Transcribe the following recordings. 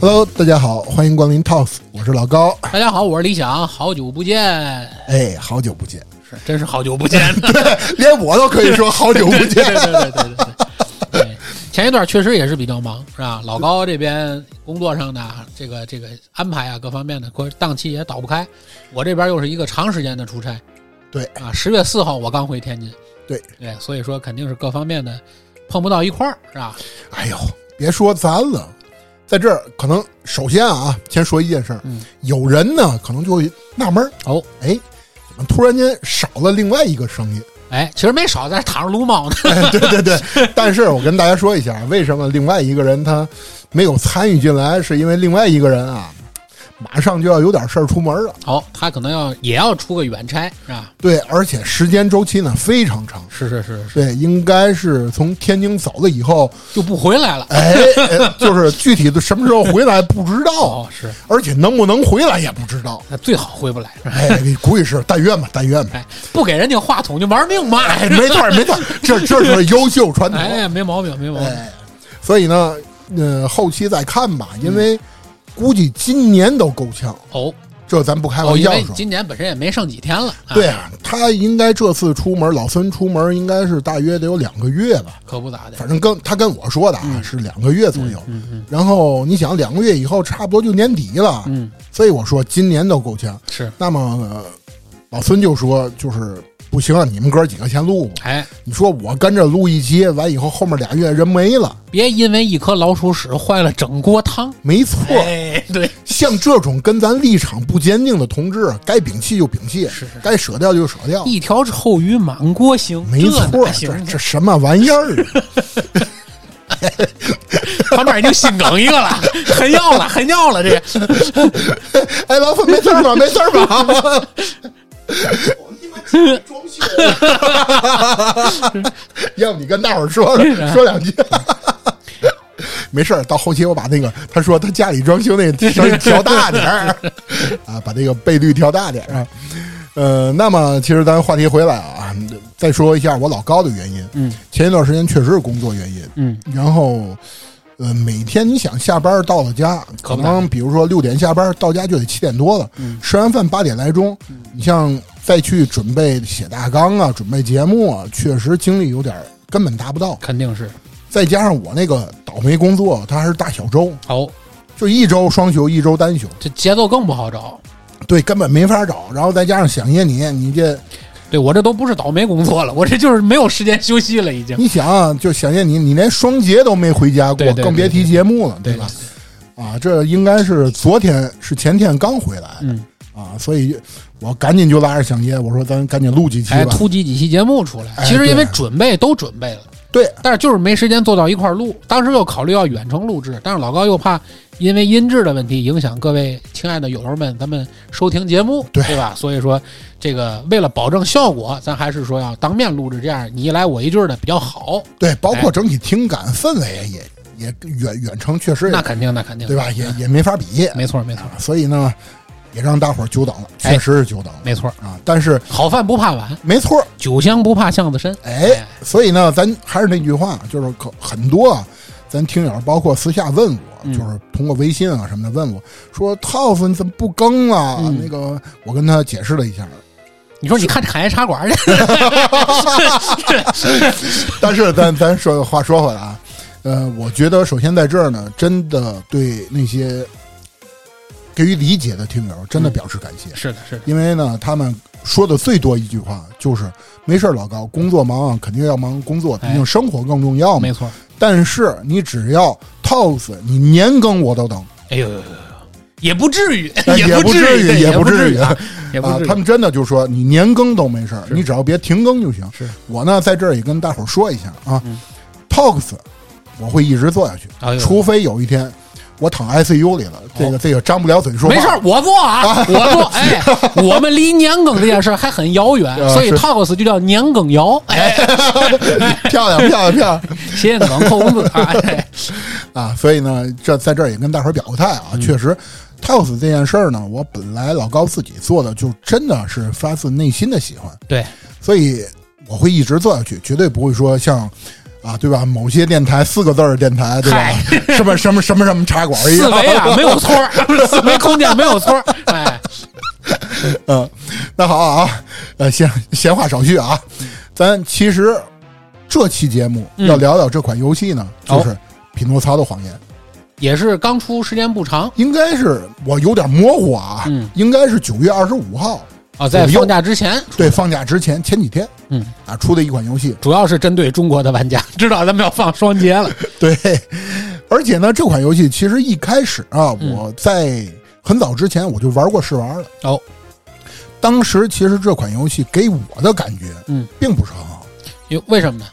Hello，大家好，欢迎光临 Talks，我是老高。大家好，我是李想，好久不见，哎，好久不见，哎是真是好久不见，连我都可以说好久不 对见。对对对对对对对。前一段确实也是比较忙，是吧？老高这边工作上的这个这个安排啊，各方面的，可档期也倒不开。我这边又是一个长时间的出差，对啊，十月四号我刚回天津，对对，所以说肯定是各方面的碰不到一块儿，是吧？哎呦，别说咱了，在这儿可能首先啊，先说一件事儿，嗯有人呢可能就会纳闷儿，哦，哎，怎么突然间少了另外一个声音？ 哎，其实没少在躺着撸猫呢， 哎对对对，但是我跟大家说一下，为什么另外一个人他没有参与进来，是因为另外一个人啊，马上就要有点事儿出门了。哦，他可能要也要出个远差，是吧？对，而且时间周期呢非常长。是是是是，对，应该是从天津走了以后，就不回来了。哎， 哎就是具体的什么时候回来不知道，哦，是，而且能不能回来也不知道。那最好回不来。哎，估计是但愿吧，但愿吧。哎，不给人家话筒就玩命骂，哎，没错儿，没错儿，这这是优秀传统。哎，没毛病，没毛病。哎，所以呢，呃，后期再看吧，因嗯为估计今年都够呛，哦，这咱不开哦，玩因笑为说。今年本身也没剩几天了，啊对，啊，他应该这次出门，老孙出门应该是大约得有两个月吧，可不咋的。反正跟他跟我说的啊、是两个月左右。嗯嗯，然后你想，两个月以后差不多就年底了，嗯，所以我说今年都够呛。是，那么、呃老孙就说，就是不行啊，你们哥几个先录吧。哎，你说我跟着录一期，完以后后面俩月人没了，别因为一颗老鼠屎坏了整锅汤。没错。哎，对，像这种跟咱立场不坚定的同志，该摒弃就摒弃，是是该舍掉就舍掉。一条臭鱼满锅腥，没这错这哪，行，啊这什么玩意儿啊？旁边已经心梗一个 了，很要了，很要了，这个 哎，老孙没事儿吧？没事儿吧？装修，要不你跟大伙儿说啊说说两句。没事儿，到后期我把那个他说他家里装修那个声儿调大点儿啊，把那个倍率调大点儿啊。呃，那么其实咱话题回来啊，再说一下我老高的原因。嗯，前一段时间确实是工作原因，嗯，然后呃，每天你想下班到了家，可可不咋能比如说六点下班到家就得七点多了，嗯吃完饭八点来钟，你像再去准备写大纲啊，准备节目啊，确实精力有点儿根本达不到。肯定是。再加上我那个倒霉工作，它还是大小周，哦，就一周双休，一周单休，这节奏更不好找。对，根本没法找。然后再加上想念你，你这对我这都不是倒霉工作了，我这就是没有时间休息了，已经。你想啊，就想念你，你连双节都没回家过，对对更别对提节目了，对吧？啊，这应该是昨天是前天刚回来，嗯，啊，所以我赶紧就拉着想爷，我说咱赶紧录几期哎，吧。突击几期节目出来。哎其实因为对准备都准备了，对，但是就是没时间坐到一块儿录。当时又考虑要远程录制，但是老高又怕因为音质的问题影响各位亲爱的友友们咱们收听节目，对对吧？所以说这个为了保证效果，咱还是说要当面录制，这样你一来我一句儿的比较好。对，包哎括整体听感氛围啊也也远远程确实那也肯定，那肯定，对吧，也也没法比没错，没错，啊，所以呢，也让大伙儿久等了，哎确实是久等了、没错。啊。但是好饭不怕晚，没错儿，酒香不怕巷子深。哎，所以呢，咱还是那句话，就是可很多啊，咱听友包括私下问我，嗯就是通过微信啊什么的问我说套子你怎么不更了？嗯那个我跟他解释了一下，你说你看海夜茶馆去， 但是咱咱说话说回来啊，呃，我觉得首先在这儿呢，真的对那些给予理解的听友真的表示感谢，是的，是的，因为呢，他们说的最多一句话就是没事儿，老高，工作忙啊肯定要忙工作，毕哎竟生活更重要嘛。没错。但是你只要 TOS，你年更我都等，哎呦呦呦呦，也不至于， 哎也不至于，也也至于于啊，也不啊至！于他。们真的就说你年更都没事儿，是你只要别停更就行。是我呢，在这儿也跟大伙儿说一下啊、嗯 t a l k s 我会一直做下去，哎呦哦除非有一天我躺 ICU 里了，这个、这个张不了嘴说话。没事儿，我做啊，我 做。哎，我们离年梗这件事儿还很遥远，啊所以是 talks 就叫年梗谣。哎， 漂亮漂亮漂亮谐音梗扣工资啊。 哎啊！所以呢，这在这儿也跟大伙儿表个态啊，嗯确实 t a l k s 这件事儿呢，我本来老高自己做的，就真的是发自内心的喜欢，对，所以我会一直做下去，绝对不会说像。啊，对吧？某些电台四个字儿电台，对吧？ 什么什么什么什么茶馆一四样，维 啊，没有错儿，四维空间没有错儿，哎，嗯，那好啊，呃，闲闲话少叙啊，嗯咱其实这期节目要聊聊这款游戏呢，嗯就是《匹诺曹的谎言》，也是刚出时间不长应该是我有点模糊啊，嗯应该是九月二十五号，啊，在左右放假之前，对，放假之前前几天嗯，啊出的一款游戏，主要是针对中国的玩家， 知道咱们要放双节了， 对，而且呢，这款游戏其实一开始啊，嗯我在很早之前我就玩过试玩了。哦，当时其实这款游戏给我的感觉，嗯，并不是很好。哟，为什么呢？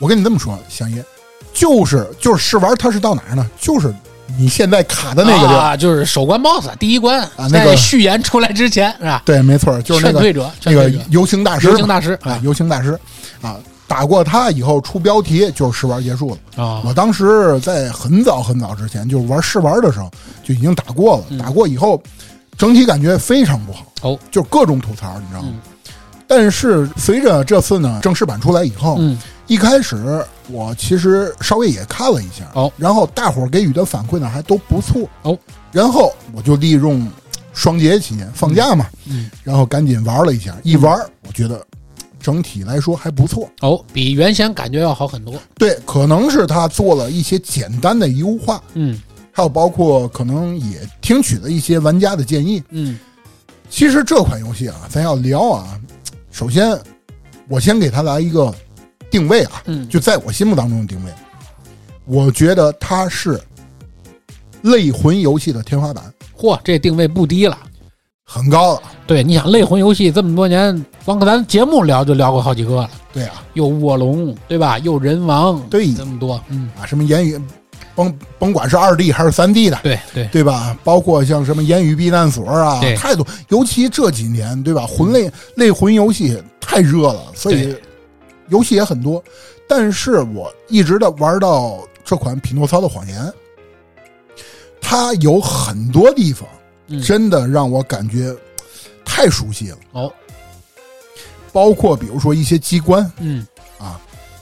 我跟你这么说，香爷，就是就是试玩，它是到哪儿呢？就是你现在卡的那个地儿，啊啊，就是首关 BOSS 第一关，那个在序言出来之前是吧？对，没错，就是那劝个退者，那劝个退者，游行大师嘛，游行大师啊啊，游行大师啊，打过他以后出标题就是试玩结束了。啊我当时在很早很早之前，就是玩试玩的时候就已经打过了，嗯打过以后整体感觉非常不好，哦，就各种吐槽，你知道吗？嗯但是随着这次呢正式版出来以后，嗯一开始我其实稍微也看了一下，哦然后大伙儿给予的反馈呢还都不错，哦，然后我就利用双节期间放假嘛，嗯，然后赶紧玩了一下，一玩我觉得整体来说还不错，哦，比原先感觉要好很多，对，可能是他做了一些简单的优化，嗯还有包括可能也听取了一些玩家的建议。嗯其实这款游戏啊，咱要聊啊，首先我先给它来一个定位啊，嗯，就在我心目当中的定位，我觉得它是类魂游戏的天花板，嚯，这定位不低了。很高了。对，你想类魂游戏这么多年，光跟咱节目聊就聊过好几个了，对啊，又卧龙对吧？又人王，对这么多，嗯，啊，什么言语，甭甭管是二 D 还是三 D 的，对对，对吧？包括像什么言语避难所啊对，太多。尤其这几年，对吧？魂类类魂游戏太热了，所以对游戏也很多。但是我一直的玩到这款《匹诺曹的谎言》，它有很多地方嗯真的让我感觉太熟悉了，哦，包括比如说一些机关，嗯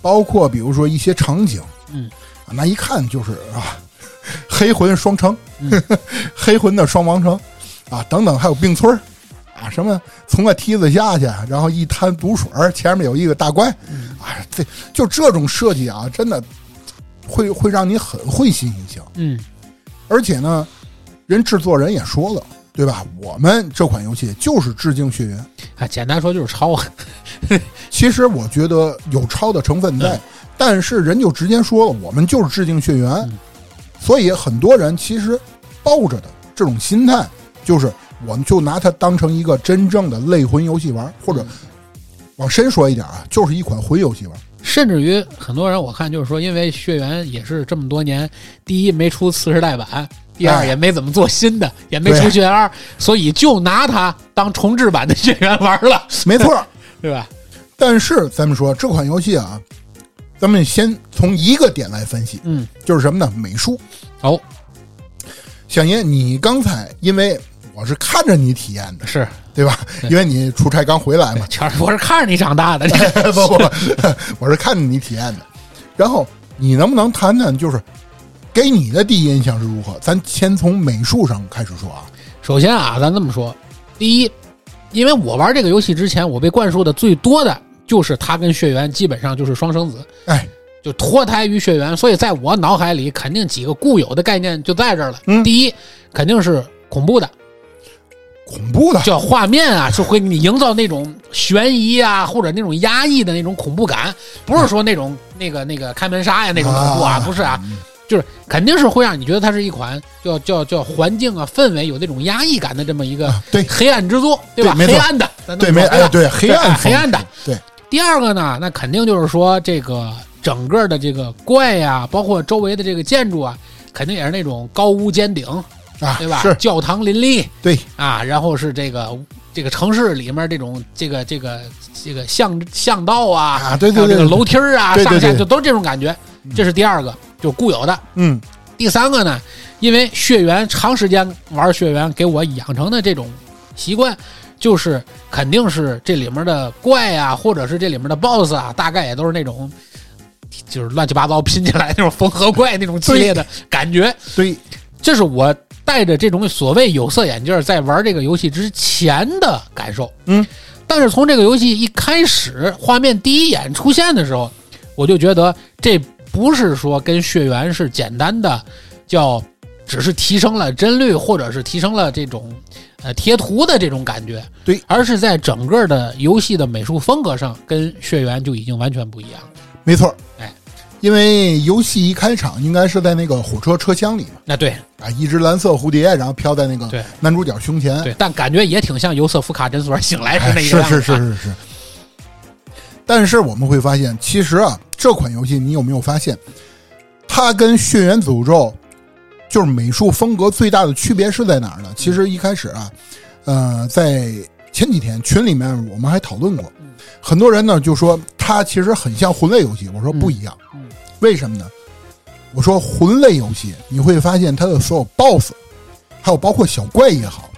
包括比如说一些场景，嗯啊，那一看就是啊， 黑魂双城，嗯 黑魂的双王城，啊，等等，还有并村儿啊，什么从个梯子下去，然后一滩毒水儿，前面有一个大怪，嗯啊，这就这种设计啊，真的会会让你很会心一笑。嗯而且呢，人制作人也说了，对吧？我们这款游戏就是致敬《血缘》。啊，简单说就是抄，啊其实我觉得有抄的成分在，嗯但是人就直接说了，我们就是致敬血缘，嗯所以很多人其实抱着的这种心态，就是我们就拿它当成一个真正的类魂游戏玩，嗯或者往深说一点啊，就是一款魂游戏玩。甚至于很多人我看就是说，因为血缘也是这么多年，第一没出次世代版，第二哎也没怎么做新的，也没出对血缘二，所以就拿它当重置版的血缘玩了，没错儿，对吧？但是咱们说这款游戏啊，咱们先从一个点来分析，嗯，就是什么呢？美术。哦，小爷，你刚才因为我是看着你体验的，是，对吧？对因为你出差刚回来嘛，啊全是我是看着你长大的， 不不不，我是看你体验的。然后你能不能谈谈，就是给你的第一印象是如何？咱先从美术上开始说啊。首先啊，咱这么说，第一，因为我玩这个游戏之前，我被灌输的最多的就是它跟血缘基本上就是双生子，哎，就脱胎于血缘，所以在我脑海里肯定几个固有的概念就在这儿了。嗯第一，肯定是恐怖的，恐怖的，叫画面啊，是会给你营造那种悬疑啊，或者那种压抑的那种恐怖感，不是说那种、那个那个开门杀呀那种恐怖啊，啊不是啊，就是肯定是会让你觉得它是一款叫叫叫环境啊氛围有那种压抑感的这么 一个啊对黑暗之作，对吧？对没错黑暗的，咱这对么没说哎 吧对黑哎暗黑暗的。对，第二个呢，那肯定就是说这个整个的这个怪呀、包括周围的这个建筑啊，肯定也是那种高屋尖顶，啊，对吧？是教堂林立，对啊，然后是这个这个城市里面这种这个这个这个巷巷道啊，啊，对还对有对，这个楼梯儿啊，对对上下对就都是这种感觉。这是第二个，就固有的。嗯，第三个呢，因为血缘长时间玩血缘，给我养成的这种习惯，就是肯定是这里面的怪啊，或者是这里面的 BOSS 啊，大概也都是那种就是乱七八糟拼起来那种缝合怪那种激烈的感觉。对，这是我戴着这种所谓有色眼镜儿在玩这个游戏之前的感受。嗯，但是从这个游戏一开始，画面第一眼出现的时候，我就觉得这不是说跟血缘是简单的叫。只是提升了帧率，或者是提升了这种，呃，贴图的这种感觉，对，而是在整个的游戏的美术风格上，跟血缘就已经完全不一样了。没错。哎，因为游戏一开场应该是在那个火车车厢里嘛，那对啊，一只蓝色蝴蝶，然后飘在那对个男主角胸前。对，但感觉也挺像尤瑟夫卡诊所醒来时哎那个呃 是样子是啊是是是。但是我们会发现，其实啊，这款游戏你有没有发现，它跟《血缘诅咒》就是美术风格最大的区别是在哪儿嗯呢？其实一开始啊，呃，在前几天群里面我们还讨论过，嗯很多人呢就说它其实很像魂类游戏，我说不一样，嗯嗯为什么呢？我说魂类游戏你会发现它的所有 BOSS，还有包括小怪也好，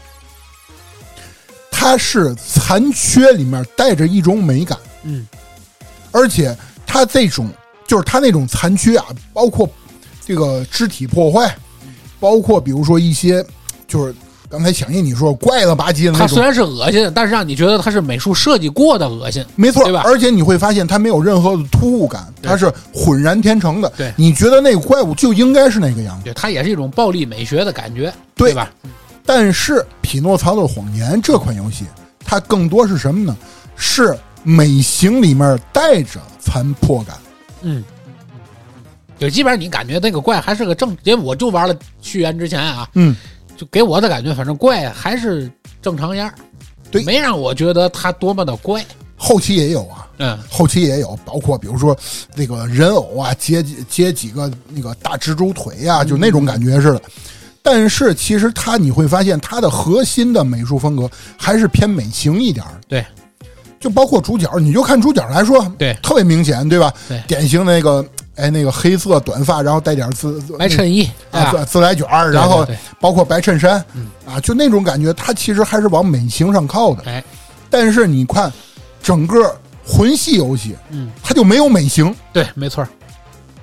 它是残缺里面带着一种美感，嗯，而且它这种就是它那种残缺啊，包括这个肢体破坏，包括比如说一些就是刚才响应你说怪了吧唧的那它虽种，然是恶心，但是让你觉得它是美术设计过的恶心。没错对吧，而且你会发现它没有任何的突兀感，对它是浑然天成的。对你觉得那个怪物就应该是那个样子，对，它也是一种暴力美学的感觉，对吧？但是《匹诺曹的谎言》这款游戏，它更多是什么呢？是美型里面带着残破感。嗯，就基本上你感觉那个怪还是个正，因为我就玩了续缘之前啊，嗯，就给我的感觉，反正怪还是正常样儿对没让我觉得它多么的怪。后期也有啊，嗯，后期也有，包括比如说那个人偶啊，接几接几个那个大蜘蛛腿嗯啊，就那种感觉似的。但是其实它你会发现，它的核心的美术风格还是偏美型一点儿。对，就包括主角，你就看主角来说，对特别明显，对吧？对典型那个哎，那个黑色短发，然后带点自白衬衣，对啊吧？自自来卷儿，对然后对嗯包括白衬衫，啊，就那种感觉，它其实还是往美型上靠的。对哎，但是你看整个魂系游戏，嗯，它就没有美型，对，没错儿，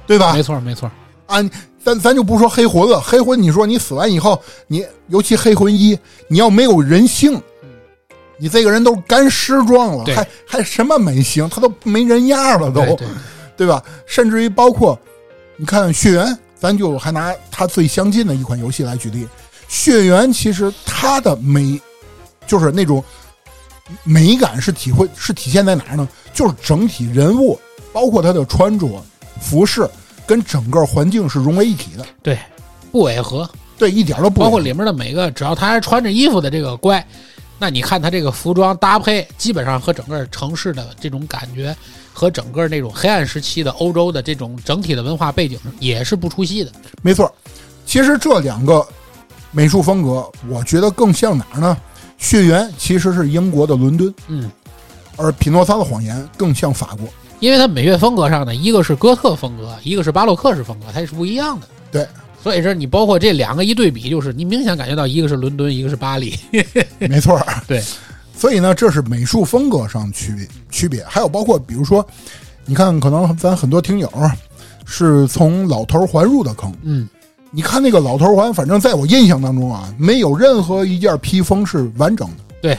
对吧没？错儿，没错儿。啊，咱咱就不说黑魂了，黑魂你说你死完以后，你尤其黑魂一，你要没有人性，你这个人都是干尸状了，嗯对还还什么美型，他都没人样了都，哎对对对吧？甚至于包括你看血缘，咱就还拿它最相近的一款游戏来举例，血缘其实它的美就是那种美感是体会是体现在哪儿呢？就是整体人物，包括他的穿着、服饰跟整个环境是融为一体的，对，不违和。对，一点都不包括里面的每个，只要他还穿着衣服的这个怪，那你看他这个服装搭配，基本上和整个城市的呃这种感觉，和整个那种黑暗时期的欧洲的这种整体的文化背景也是不出戏的。没错。其实这两个美术风格，我觉得更像哪儿呢？血缘其实是英国的伦敦，嗯，而匹诺曹的谎言更像法国。因为它美乐风格上呢，一个是哥特风格，一个是巴洛克式风格，它也是不一样的。 对，所以说你包括这两个一对比，就是你明显感觉到一个是伦敦，一个是巴黎。没错儿，对，所以呢，这是美术风格上区别区别，还有包括比如说，你看，可能咱很多听友是从老头环入的坑，嗯，你看那个老头环，反正在我印象当中啊，没有任何一件披风是完整的，对，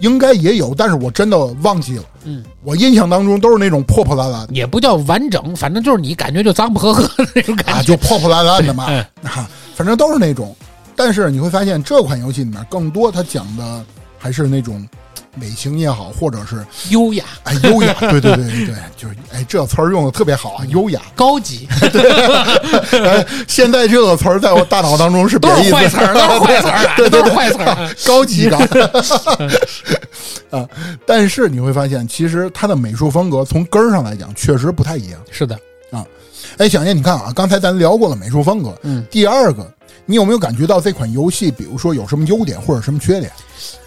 应该也有，但是我真的忘记了，嗯，我印象当中都是那种破破烂烂的也不叫完整，反正就是你感觉就脏不呵呵的那种 感啊，觉。就破破烂烂的嘛， 嗯，啊，反正都是那种。但是你会发现，这款游戏里面更多它讲的还是那种美型也好，或者是优雅、哎，优 雅，对对对对对，就是哎，这词儿用的特别好啊，优雅。高级，哎，现在这个词儿在我大脑当中是都别的意是思，坏词儿，都是坏词儿 啊，对对都是对，坏词儿。 高级感 啊。但是你会发现，其实它的美术风格从根儿上来讲，确实不太一样。是的，哎，小燕，你看啊，刚才咱聊过了美术风格，嗯，第二个，你有没有感觉到这款游戏，比如说有什么优点或者什么缺点？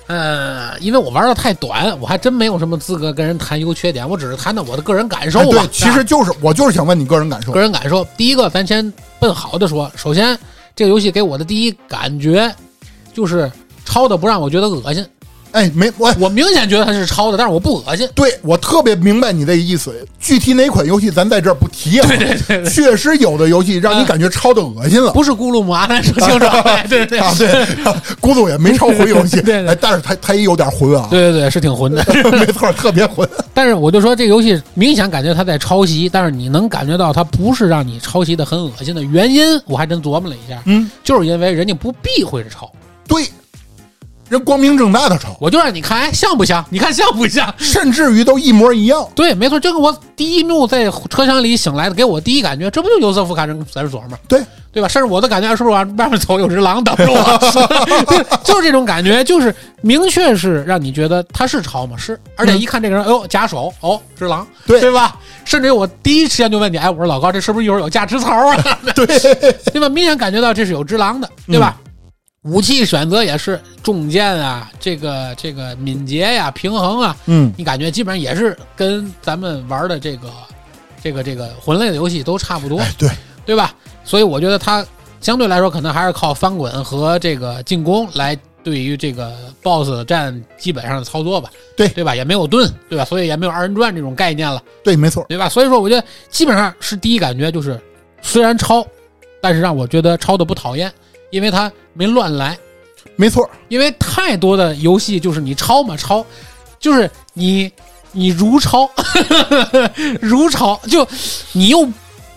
呃，因为我玩的太短，我还真没有什么资格跟人谈优缺点，我只是谈谈我的个人感受哎吧。对，其实就是我就是想问你个人感受 个。人感受，第一个咱先奔好的说，首先这个游戏给我的第一感觉就是抄的不让我觉得恶心，哎，没我我明显觉得它是抄的，但是我不恶心。对我特别明白你的意思。具体哪款游戏咱在这儿不提啊。对对对确实有的游戏让你感觉抄的恶心了。不是咕噜姆阿丹说清 楚，哎对对啊，对，对， 啊咕噜也没抄魂游戏，对对对哎但是他他也有点混啊， 对对对，是挺混的。 没错，特别混。但是我就说这个游戏明显感觉它在抄袭，但是你能感觉到它不是让你抄袭的很恶心的原因，我还真琢磨了一下，嗯，就是因为人家不避讳着抄，对，人光明正大的抄，我就让你看，哎，像不像？你看像不像？甚至于都一模一样。 对，没错，就跟我第一幕在车厢里醒来的，给我第一感觉，这不就尤瑟夫·卡神在这琢磨，对，对吧？甚至我的感觉是不是往外面走有只狼等着 我？就是这种感觉，就是明确是让你觉得他是抄吗？是，而且一看这个人，哎呦，假手，哦，只狼，对对吧？甚至于我第一时间就问你，哎，我说老高，这是不是一会儿有价值槽 啊？对，对吧？明显感觉到这是有只狼的，对吧？武器选择也是重剑啊，这个这个敏捷呀、平衡啊，嗯，你感觉基本上也是跟咱们玩的这个这个这个魂类的游戏都差不多，哎，对，对吧？所以我觉得它相对来说可能还是靠翻滚和这个进攻来对于这个 BOSS 战基本上的操作吧，对对吧？也没有盾，对吧？所以也没有二人转这种概念了，对，没错，对吧？所以说，我觉得基本上是第一感觉就是，虽然抄，但是让我觉得抄的不讨厌，因为它没乱来。没错，因为太多的游戏就是你抄嘛抄，就是你你如抄 如抄，就你又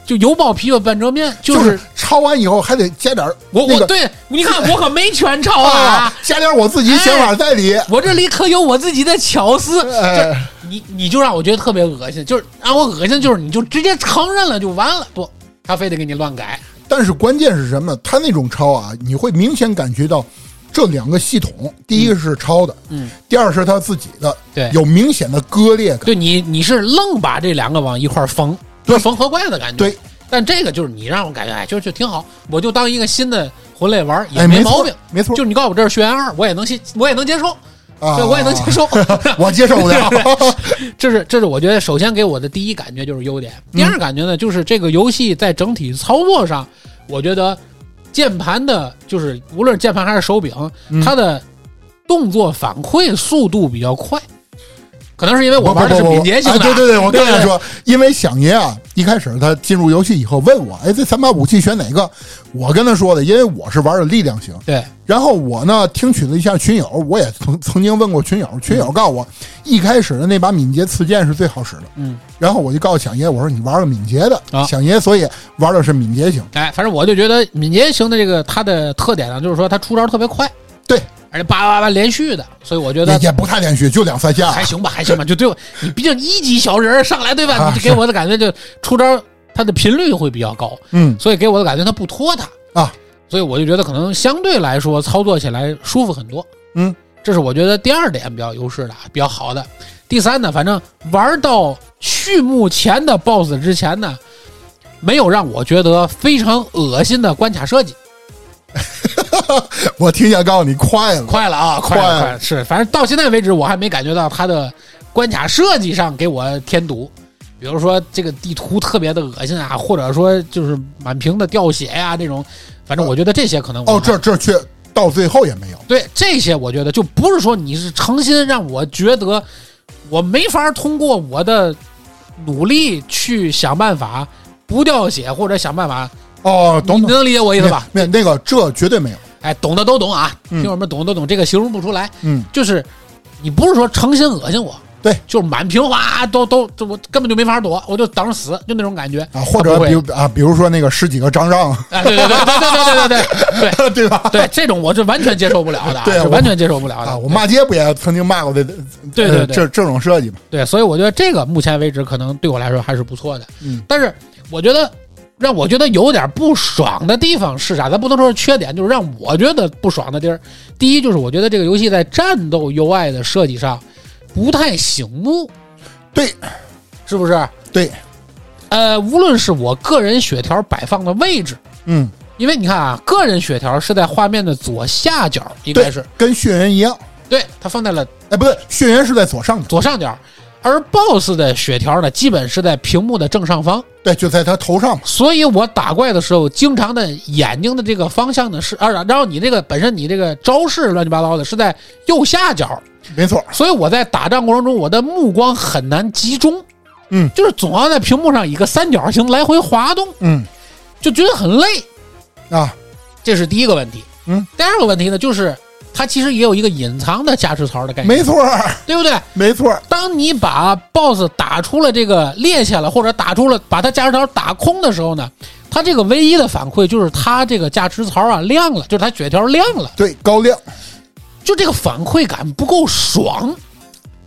就油爆皮吧半遮面，、就是抄完以后还得加点儿我那我个对你看我可没全抄啊 啊，，加点儿我自己想法在里。我这里可有我自己的巧思，这哎，你你就让我觉得特别恶心，就是让我恶心就是你就直接承认了就完了，不，他非得给你乱改，但是关键是什么？他那种抄啊，你会明显感觉到这两个系统，第一个是抄的，嗯，第二是他自己的，对有明显的割裂感。对你你是愣把这两个往一块儿缝，对就是缝合怪的感觉，对，但这个就是你让我感觉，哎，就就挺好，我就当一个新的魂类玩儿也哎，没毛错病。，没错就是你告诉我这是血缘二，我也能接，我也能接受，啊，对，我也能接 受。我接受不 了。这是这是我觉得首先给我的第一感觉就是优点，嗯第二感觉呢就是这个游戏在整体操作上，我觉得键盘的，就是无论是键盘还是手柄，嗯它的动作反馈速度比较快，可能是因为我不玩的是不不敏捷型哎的，对对对，我对刚才说，因为响爷啊，一开始他进入游戏以后问我，哎，这三把武器选哪个？我跟他说的，因为我是玩的力量型。对然后我呢，听取了一下群友，我也曾曾经问过群友，群友告诉我，一开始的那把敏捷刺剑是最好使的。嗯，然后我就告诉响爷，我说你玩了敏捷的，啊响爷所以玩的是敏捷型。哎，反正我就觉得敏捷型的这个它的特点呢，就是说它出招特别快，对，而且叭叭叭连续的，所以我觉也得也不太连续，就两三下。还行吧，还行吧。就对我，你毕竟一级小人儿上来对吧？啊你就给我的感觉就出招它的频率会比较高，嗯所以给我的感觉它不拖沓啊。所以我就觉得可能相对来说操作起来舒服很多。嗯，这是我觉得第二点比较优势的，比较好的。第三呢，反正玩到序幕前的 BOSS 之前呢，没有让我觉得非常恶心的关卡设计。我听见告诉你快了，快了啊，快快了，了快了！是，反正到现在为止，我还没感觉到它的关卡设计上给我添堵。比如说这个地图特别的恶心啊，或者说就是满屏的掉血呀、这种，反正我觉得这些可能哦，我还这这却到最后也没有。对这些，我觉得就不是说你是诚心让我觉得我没法通过我的努力去想办法不掉血，或者想办法，哦，懂你懂。能理解我意思吧？那那个这绝对没有。哎，懂的都懂啊，嗯听友们懂的都懂，这个形容不出来。嗯，就是你不是说诚心恶心我，对，就是满屏哗都都都我根本就没法躲，我就等着死，就那种感觉。啊，或他者不会比如啊，比如说那个十几个张让， 哎，对对对对对对对对对对对吧？对，这种我是完全接受不了的啊，对是我完全接受不了啊，的。我骂街不也曾经骂过这？对呃对对这这种设计嘛，对，所以我觉得这个目前为止可能对我来说还是不错的。嗯，但是我觉得让我觉得有点不爽的地方是啥？咱不能说是缺点，就是让我觉得不爽的地儿。第一就是我觉得这个游戏在战斗 UI 的设计上不太醒目，对是不是？对，呃，无论是我个人血条摆放的位置，嗯，因为你看啊，个人血条是在画面的左下角，应该对是，跟血缘一样。对，它放在了哎，不对，血缘是在左上角，左上角，而 BOSS 的血条呢，基本是在屏幕的正上方，对，就在他头上嘛。所以我打怪的时候，经常的眼睛的这个方向呢是啊，然后你这个本身你这个招式乱七八糟的是在右下角，没错，所以我在打仗过程中，我的目光很难集中，嗯，就是总要在屏幕上以个三角形来回滑动，嗯就觉得很累。啊，这是第一个问题。嗯，第二个问题呢，就是它其实也有一个隐藏的加持槽的概念，没错，对不对？ 没错，当你把 BOSS 打出了这个趔趄了，或者打出了把它加持槽打空的时候呢，它这个唯一的反馈就是它这个加持槽啊亮了，就是它血条亮了，对，高亮，就这个反馈感不够爽，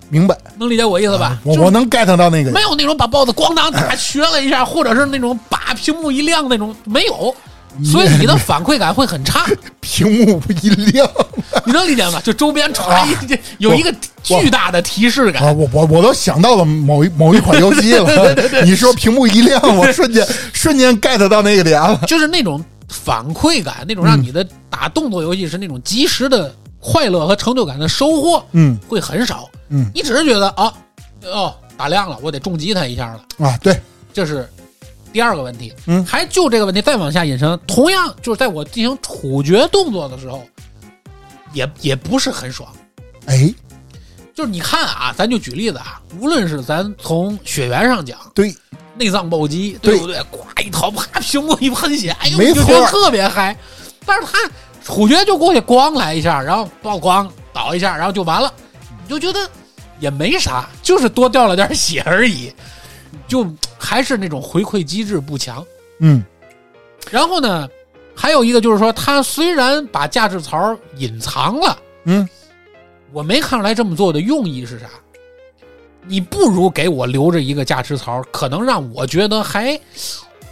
明白，能理解我意思吧？我就是我能 get 到那个没有那种把 BOSS 咣当打瘸了一下，或者是那种把屏幕一亮那种没有，所以你的反馈感会很差。屏幕不一亮你能理解吗？就周边传一、这有一个巨大的提示感，啊，我我我都想到了某一某一款游戏 了，你说屏幕一亮，我瞬 间瞬间 get 到那个点 了，就是那种反馈感，那种让你的打动作游戏是那种及时的快乐和成就感的收获，嗯会很少。嗯你只是觉得啊，哦，打亮了，我得重击他一下了，啊，对，这是第二个问题。嗯还就这个问题再往下引申，同样就是在我进行处决动作的时候，也也不是很爽。哎，就是你看啊，咱就举例子啊，无论是咱从血缘上讲，对，内脏暴击，对对不对？呱一掏，啪屏幕一喷血，哎呦，没你就觉得错特别嗨。但是他处决就过去咣来一下，然后曝光倒一下，然后就完了，你就觉得也没啥，就是多掉了点血而已，就还是那种回馈机制不强。嗯然后呢，还有一个就是说，他虽然把价值槽隐藏了，嗯，我没看出来这么做的用意是啥。你不如给我留着一个价值槽，可能让我觉得还，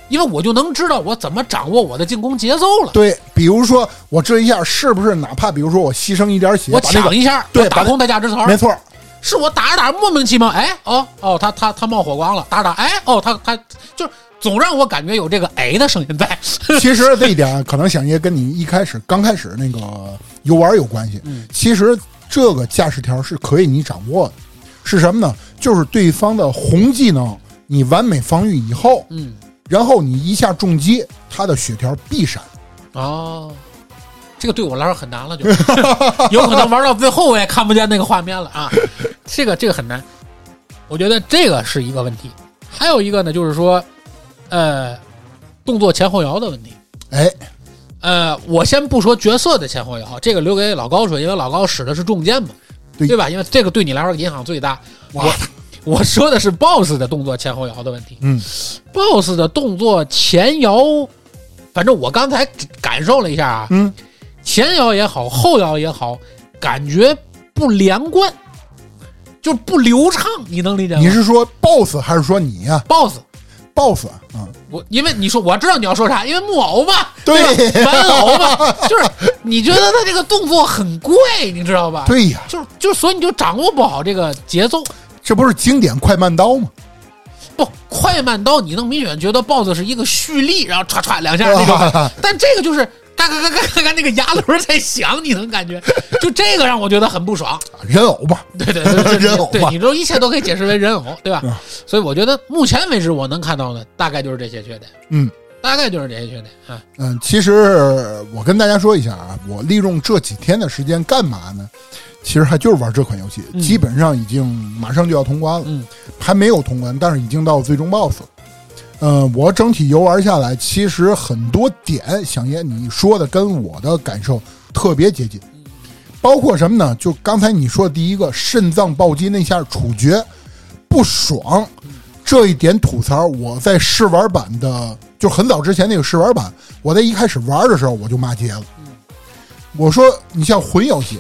因为我就能知道我怎么掌握我的进攻节奏了。对，比如说我这一下是不是哪怕比如说我牺牲一点血，我把那抢个，一下，对我打把那空他价值槽，没错，是我打着打着莫名其妙，哎，哦哦，他他他冒火光了，打着打，哎，哦，他他就是总让我感觉有这个哎的声音在。 其实这一点啊可能想也跟你一开始刚开始那个游玩有关系。嗯其实这个驾驶条是可以你掌握的，是什么呢？就是对方的红技能，你完美防御以后，嗯，然后你一下重击，他的血条必闪。哦，这个对我来说很难了，就 有可能玩到最后我也看不见那个画面了啊。这个这个很难，我觉得这个是一个问题。还有一个呢，就是说，呃，动作前后摇的问题。哎，呃，我先不说角色的前后摇，这个留给老高说，因为老高使的是重剑嘛，对对吧？因为这个对你来说影响最大。哇我我说的是 BOSS 的动作前后摇的问题。嗯，BOSS 的动作前摇，反正我刚才感受了一下啊，嗯，前摇也好，后摇也好，感觉不连贯，就不流畅，你能理解吗？你是说 BOSS 还是说你呀、 BOSS， b o s s 啊、嗯我因为你说我知道你要说啥，因为木偶嘛，对吧玩 偶嘛，就是你觉得他这个动作很怪，你知道吧？，对呀，就是就所以你就掌握不好这个节奏。这不是经典快慢刀吗？不，快慢刀你能明显觉得 BOSS 是一个蓄力，然后歘歘两下那种感觉，但这个就是嘎嘎嘎嘎嘎嘎那个牙轮在响，你能感觉，就这个让我觉得很不爽。啊人偶吧，对对对，对人偶对吧你这一切都可以解释为人偶，对吧嗯？所以我觉得目前为止我能看到的大概就是这些缺点，嗯，大概就是这些缺点啊。嗯，其实我跟大家说一下啊，我利用这几天的时间干嘛呢？其实还就是玩这款游戏，嗯基本上已经马上就要通关了，嗯还没有通关，但是已经到最终 BOSS 了。嗯，我整体游玩下来，其实很多点，想爷你说的跟我的感受特别接近，包括什么呢？就刚才你说的第一个肾脏暴击那下处决不爽，这一点吐槽，我在试玩版的，就很早之前那个试玩版，我在一开始玩的时候我就骂街了。我说，你像魂游戏，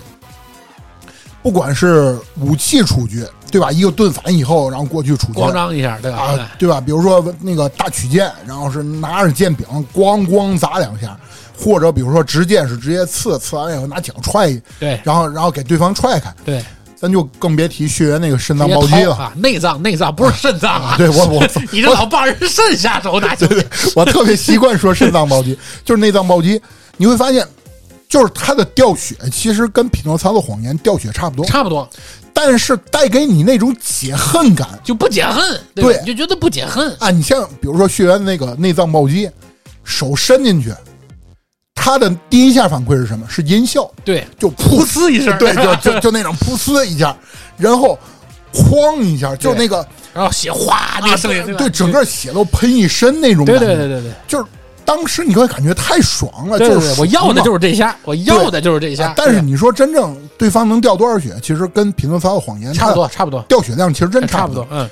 不管是武器处决，对吧？一个盾反以后，然后过去处决咣当一下，对吧？哎啊，对吧？比如说那个大曲剑，然后是拿着剑柄咣咣砸两下，或者比如说直剑是直接刺，刺完以后拿脚踹一，对然后然后给对方踹开，对，咱就更别提血缘那个肾脏直接暴击掏了。啊！内脏内脏不是肾脏啊！对我我你这老帮人肾下手，那就 我特别习惯说肾脏暴击，就是内脏暴击。你会发现，就是它的掉血其实跟《匹诺曹的谎言》掉血差不多，差不多，但是带给你那种解恨感就不解恨，吧对你就觉得不解恨，啊！你像比如说血缘那个内脏暴击，手伸进去，他的第一下反馈是什么？是音效，对，就噗呲一声 对，就就就那种噗呲一下，然后哐一下，就那个然后血哗那个啊声音，吧对，整个血都喷一身那种感对觉，对对对对就是当时你会感觉太爽了，对对就对是，我要的就是是这下，我要的就是这下。啊但是对你说真正对方能掉多少血，其实跟《贫困发的谎言》差它不多，差不多，掉血量其实真差不多。嗯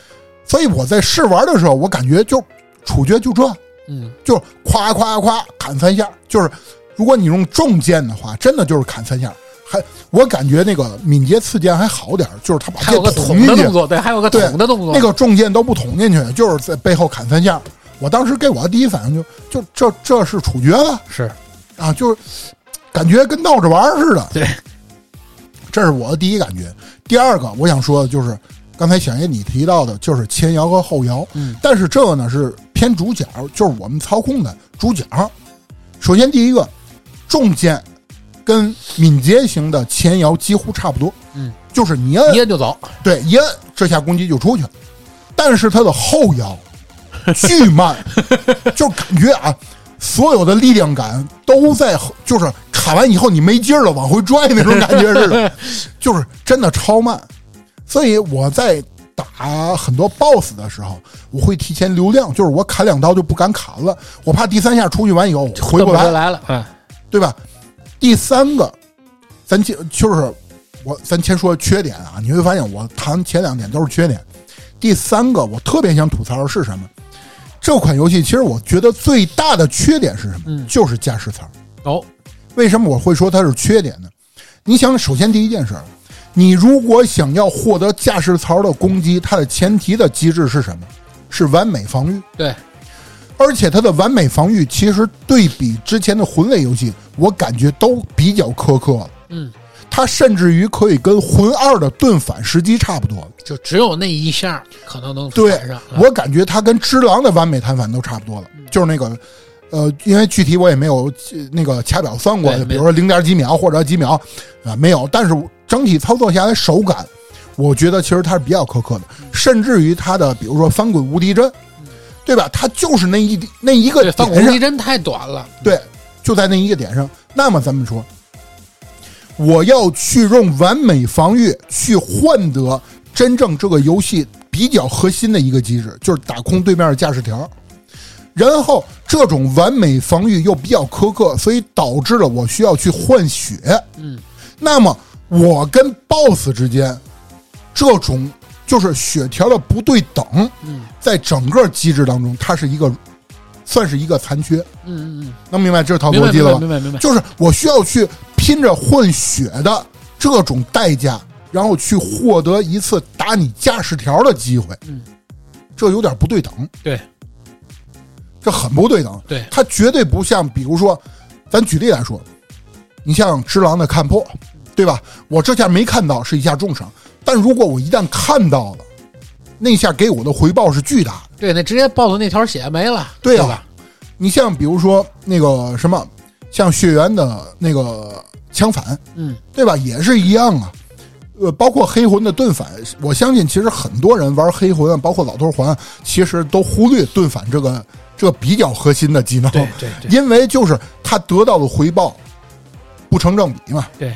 所以我在试玩的时候，我感觉就处决就这，嗯，就是夸夸夸砍三下，就是如果你用重剑的话，真的就是砍三下。还我感觉那个敏捷刺剑还好点儿，就是他把还有剑个捅捅的进动去，作，对，还有个对捅的动作。那个重剑都不捅进去，就是在背后砍三下。我当时给我的第一反应就就这这是处决了是啊，就是感觉跟闹着玩儿似的。对，这是我的第一感觉。第二个我想说的就是，刚才小叶你提到的，就是前摇和后摇。嗯，但是这个呢是偏主角，就是我们操控的主角。首先第一个，重剑跟敏捷型的前摇几乎差不多。嗯，就是你摁捏就走，对一摁，这下攻击就出去了。但是它的后 摇巨慢，就感觉啊，所有的力量感都在后就是砍完以后你没劲儿了，往回拽那种感觉似 的，就是真的超慢。所以我在打很多 BOSS 的时候，我会提前留量，就是我砍两刀就不敢砍了，我怕第三下出去完以后回不不来回，来了。嗯，对吧？第三个，咱就就是我，咱先说缺点啊，你会发现我谈前两点都是缺点。第三个，我特别想吐槽的是什么？这款游戏其实我觉得最大的缺点是什么？嗯就是驾驶舱。哦，为什么我会说它是缺点呢？你想，首先第一件事儿，你如果想要获得驾驶槽的攻击，它的前提的机制是什么？是完美防御。对，而且它的完美防御其实对比之前的魂类游戏，我感觉都比较苛刻了。嗯，它甚至于可以跟魂二的盾反时机差不多了。就只有那一下可能能对反上。嗯我感觉它跟只狼的完美弹反都差不多了，就是那个。呃，因为具体我也没有呃那个掐表算过对，比如说零点几秒或者几秒啊、没有。但是整体操作下来手感，我觉得其实它是比较苛刻的，嗯甚至于它的比如说翻滚无敌帧，对吧？它就是那一那一个对，放点无上敌，针太短了。对，就在那一个点上。那么咱们说，我要去用完美防御去换得真正这个游戏比较核心的一个机制，就是打空对面的驾驶条。然后这种完美防御又比较苛刻，所以导致了我需要去换血。嗯，那么我跟 BOSS 之间这种就是血条的不对等，嗯，在整个机制当中，它是一个算是一个残缺。嗯嗯能明白这套嗯，明逻白辑明了白吧？明白明白。就是我需要去拼着混血的这种代价，然后去获得一次打你驾驶条的机会。嗯，这有点不对等，对这很不对等。对，它绝对不像，比如说，咱举例来说，你像只狼的看破，对吧？我这下没看到是一下重伤，但如果我一旦看到了，那下给我的回报是巨大的。对，那直接抱走那条血没了，对对啊吧？你像比如说那个什么，像血缘的那个枪反，嗯，对吧？也是一样啊。呃，包括黑魂的盾反，我相信其实很多人玩黑魂，啊，包括老头环，其实都忽略盾反这个这个比较核心的技能，对对对因为就是他得到的回报不成正比嘛，对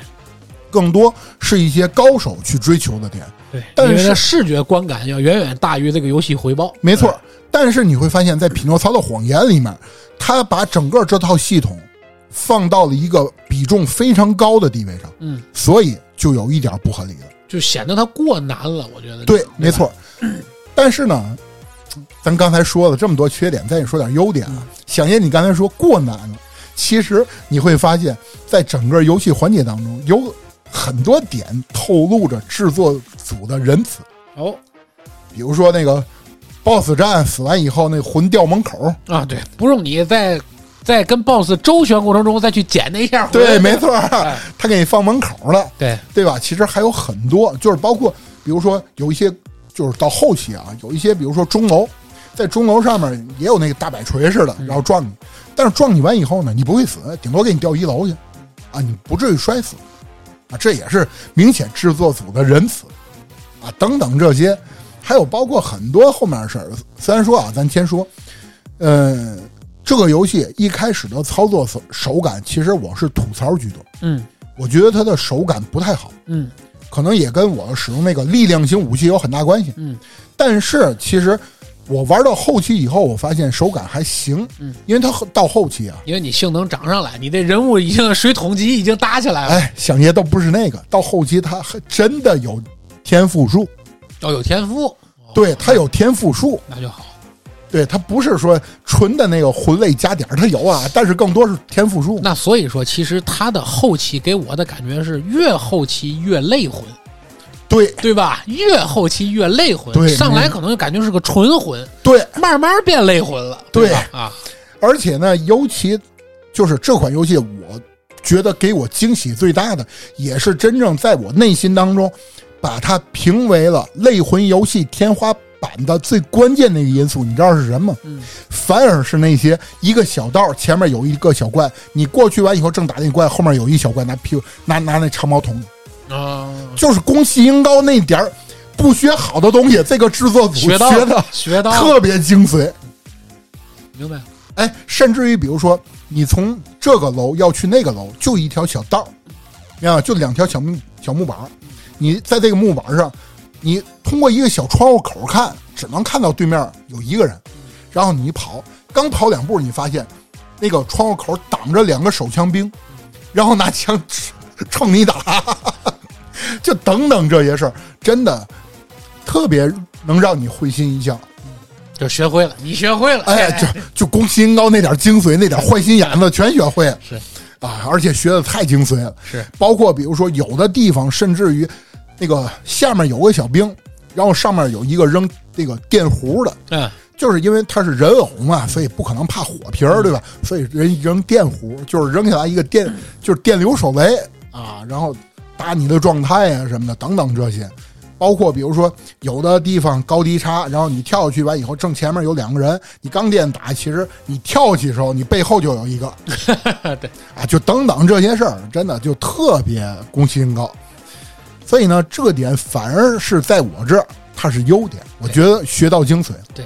更多是一些高手去追求的点。对，但因为是它视觉观感要远远大于这个游戏回报。没错，但是你会发现在《匹诺曹的谎言》里面，他把整个这套系统放到了一个比重非常高的地位上，嗯，所以就有一点不合理了。就显得它过难了，我觉得。对，吧没。错。但是呢，咱刚才说了这么多缺点，咱也说点优点啊。想爷，你刚才说过难了，其实你会发现，在整个游戏环节当中，有很多点透露着制作组的仁慈。哦比如说那个 BOSS 战死完以后，那魂掉门口，啊，对，不用你在在跟 BOSS 周旋过程中再去捡那一下回对，来。没错儿，哎他给你放门口了。对，对吧？其实还有很多，就是包括比如说有一些，就是到后期啊，有一些比如说钟楼，在钟楼上面也有那个大摆锤似的，然后撞你，但是撞你完以后呢，你不会死，顶多给你掉一楼去，啊，你不至于摔死，啊，这也是明显制作组的仁慈，啊，等等这些，还有包括很多后面的事儿。虽然说啊，咱先说，呃，这个游戏一开始的操作手手感，其实我是吐槽居多，嗯我觉得它的手感不太好，嗯可能也跟我使用那个力量型武器有很大关系。嗯但是其实我玩到后期以后，我发现手感还行，嗯，因为它到后期啊，因为你性能涨上来，你这人物已经水桶级已经搭起来了，哎，想些都不是那个，到后期它还真的有天赋树，要有天赋，哦对，它有天赋树，那就好，对，它不是说纯的那个魂类加点儿，它有啊，但是更多是天赋树。那所以说，其实它的后期给我的感觉是越后期越累魂，对对吧？越后期越累魂，对上来没可能就感觉是个纯魂，对，慢慢变累魂了，对吧啊，而且呢，尤其就是这款游戏，我觉得给我惊喜最大的，也是真正在我内心当中把它评为了类魂游戏天花板的最关键的一个因素，你知道是什么吗？嗯反而是那些一个小道前面有一个小怪，你过去完以后正打那怪，后面有一小怪拿屁股拿拿那长矛捅你，啊，就是宫崎英高那点儿不学好的东西，这个制作组学学到的学到了特别精髓。明白了，哎，甚至于比如说，你从这个楼要去那个楼，就一条小道儿，明白吗？就两条小木小木板儿，你在这个木板儿上，你通过一个小窗户口看，只能看到对面有一个人，然后你一跑，刚跑两步，你发现那个窗户口挡着两个手枪兵，然后拿枪 冲你打， 就等等这些事儿，真的特别能让你会心一笑。就学会了，你学会了，哎，就就宫崎英高那点精髓，那点坏心眼子全学会了是啊，而且学的太精髓了。是包括比如说有的地方，甚至于那个下面有个小兵，然后上面有一个扔那个电弧的，嗯就是因为他是人偶嘛，所以不可能怕火瓶儿，对吧？所以人一扔电弧，就是扔下来一个电，就是电流手雷啊，然后打你的状态啊什么的，等等这些。包括比如说有的地方高低差，然后你跳下去完以后，正前面有两个人，你刚电打，其实你跳起的时候，你背后就有一个， 对啊，就等等这些事儿，真的就特别攻心高。所以呢，这个点反而是在我这儿，它是优点，我觉得学到精髓了。对。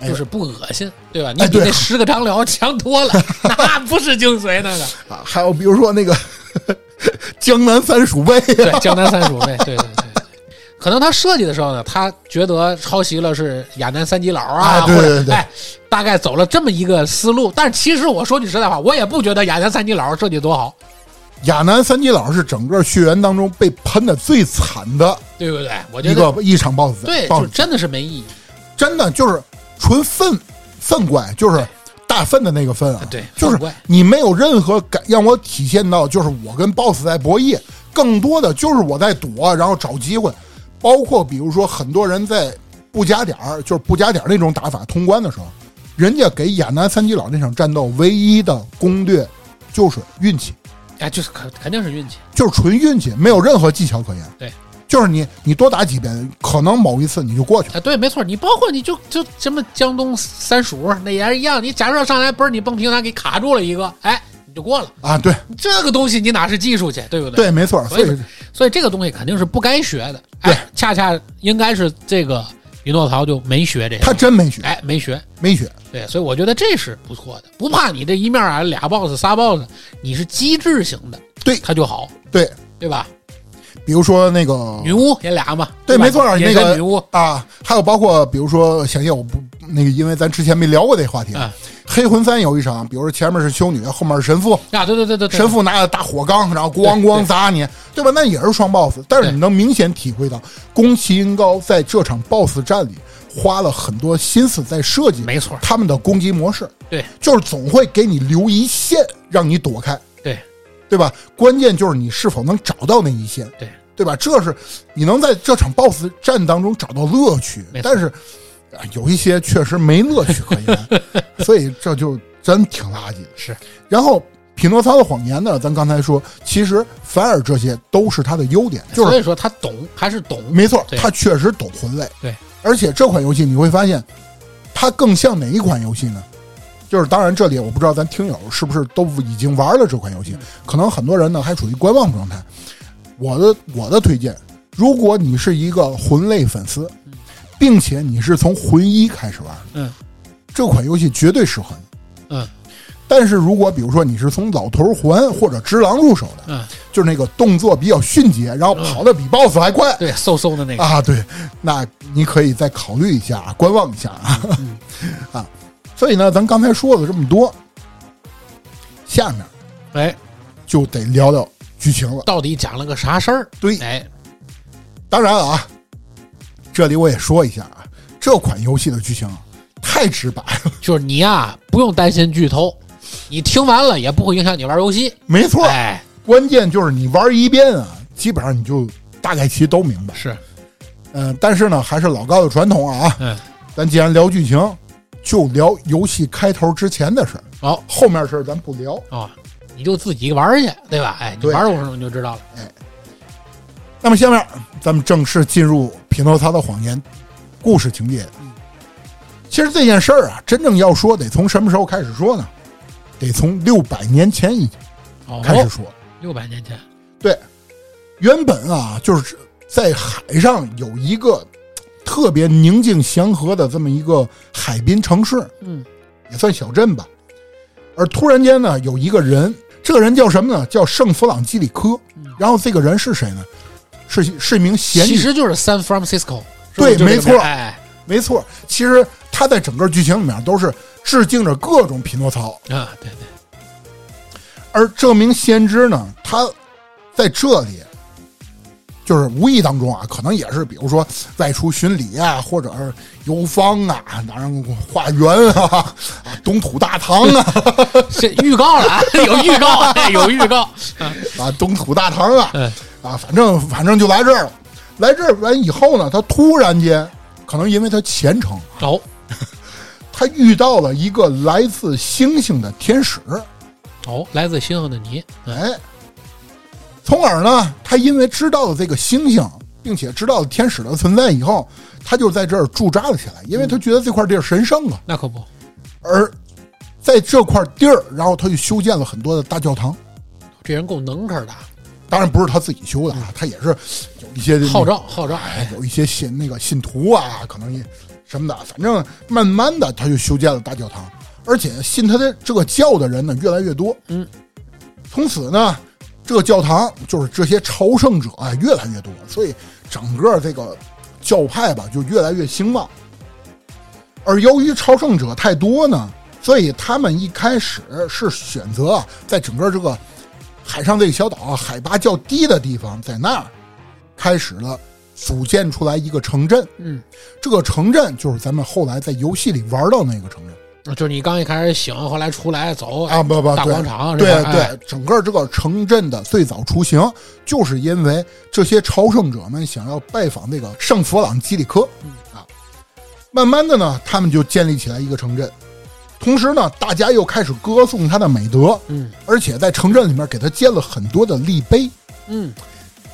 哎就是不恶心，对吧？你哎比对那十个张辽强多了，那不是精髓那个。啊，还有比如说那个 江南三鼠辈，对，江南三鼠妹，对对对。对可能他设计的时候呢，他觉得抄袭了是亚南三基佬啊，哎对或者对对哎，大概走了这么一个思路。但是其实我说句实在话，我也不觉得亚南三基佬设计多好，亚南三基佬是整个血缘当中被喷的最惨的对不对？我觉一得个一场 BOSS，对，就 BOSS 真的是没意义。真的就是纯粪粪怪，就是大粪的那个粪啊，对就粪是怪你没有任何感让我体现到，就是我跟 BOSS 在博弈，更多的就是我在躲，然后找机会，包括比如说很多人在不加点儿，就是不加点儿那种打法通关的时候，人家给亚南三基佬那场战斗唯一的攻略就是运气，哎，就是肯肯定是运气，就是纯运气，没有任何技巧可言。对。就是你，你多打几遍，可能某一次你就过去了。哎，对，没错。你包括你就就什么江东三鼠那也是一样，你假设上来不是你蹦平台给卡住了一个，哎，你就过了。啊，对这个东西你哪是技术去，对不对？对，没错。所以所以所以这个东西肯定是不该学的。对哎，恰恰应该是这个匹诺曹就没学这个，他真没学，哎没学。没学。对，所以我觉得这是不错的，不怕你这一面啊俩 boss 仨 boss，你是机制型的，对它就好，对，对吧？比如说那个女巫也俩嘛，哦对吧没错儿也那个是女巫，啊，还有包括比如说，想想我不那个，因为咱之前没聊过这话题。啊黑魂三有一场，比如说前面是修女，后面是神父，啊，对对对对对，神父拿着大火缸，然后咣对对咣砸你，对吧？那也是双 BOSS，但是对你能明显体会到宫崎英高在这场 BOSS 战里花了很多心思在设计没错儿，他们的攻击模式，对就是总会给你留一线让你躲开，对对吧？关键就是你是否能找到那一线，对对吧？这是你能在这场 BOSS 战当中找到乐趣没，错但是啊有一些确实没乐趣可 言，所以这就真挺垃圾的。是，然后。匹诺曹的谎言呢？咱刚才说，其实反而这些都是他的优点，就是所以说他懂还是懂，没错，对他确实懂魂类。对，而且这款游戏你会发现，它更像哪一款游戏呢？就是当然，这里我不知道咱听友是不是都已经玩了这款嗯游戏，可能很多人呢还处于观望状态。我的我的推荐，如果你是一个魂类粉丝，并且你是从魂一开始玩，嗯，这款游戏绝对适合你。嗯，但是如果比如说你是从老头环或者只狼入手的，嗯，就是那个动作比较迅捷，然后跑得比 BOSS 还快对，嗖嗖的那个， 啊，对，那你可以再考虑一下，啊，观望一下啊 啊。所以呢，咱刚才说了这么多，下面哎，就得聊聊剧情了。到底讲了个啥事儿？对，哎，当然了啊，这里我也说一下啊，这款游戏的剧情啊太直白了，就是你呀、不用担心剧透，你听完了也不会影响你玩游戏。没错，哎，关键就是你玩一遍啊，基本上你就大概其都明白。是，嗯、但是呢，还是老高的传统啊，嗯，咱既然聊剧情，就聊游戏开头之前的事儿，好、哦、后面事儿咱不聊。你就自己玩儿去，对吧？哎，你对玩儿过程中你就知道了。那么下面咱们正式进入《匹诺曹的谎言》故事情节。其实这件事儿啊，真正要说，得从什么时候开始说呢？得从六百年前已经哦，开始说。六百年前，对，原本啊，就是在海上有一个特别宁静祥和的这么一个海滨城市，嗯，也算小镇吧。而突然间呢，有一个人，这个人叫什么呢？叫圣弗朗基里科。嗯然后这个人是谁呢？是是一名嫌其疑，实就是 San Francisco，是不对是就这个没错名儿哎，没错。其实他在整个剧情里面都是致敬着各种匹诺曹，啊，对对，而这名先知呢，他在这里就是无意当中啊，可能也是比如说外出巡礼啊，或者是游方啊，当然化缘啊，啊东土大唐啊， 这预告了啊， 有预告，哎有预告，啊啊东土大唐啊，嗯，啊反正反正就来这儿了。来这儿完以后呢，他突然间，可能因为他虔诚，哦他遇到了一个来自星星的天使，哦，来自星星的你，嗯哎，从而呢，他因为知道了这个星星，并且知道了天使的存在以后，他就在这儿驻扎了起来，因为他觉得这块地儿神圣啊。那可不，而在这块地儿，然后他就修建了很多的大教堂，这人够能克的啊，当然不是他自己修的啊，他也是有一些号召号召，哎，有一些信那个信徒啊，可能也什么的，反正慢慢的他就修建了大教堂，而且信他的这个教的人呢越来越多。嗯，从此呢，这个教堂就是这些朝圣者啊越来越多，所以整个这个教派吧就越来越兴旺。而由于朝圣者太多呢，所以他们一开始是选择啊，在整个这个海上这个小岛啊海拔较低的地方，在那儿开始了组建出来一个城镇。嗯，这个城镇就是咱们后来在游戏里玩到那个城镇就是你刚一开始醒，后来出来走，哎啊，不不，大对广场是对吧哎对，整个这个城镇的最早雏形，就是因为这些朝圣者们想要拜访那个圣弗朗基里科嗯啊。慢慢的呢，他们就建立起来一个城镇，同时呢，大家又开始歌颂他的美德，嗯而且在城镇里面给他建了很多的立碑。嗯，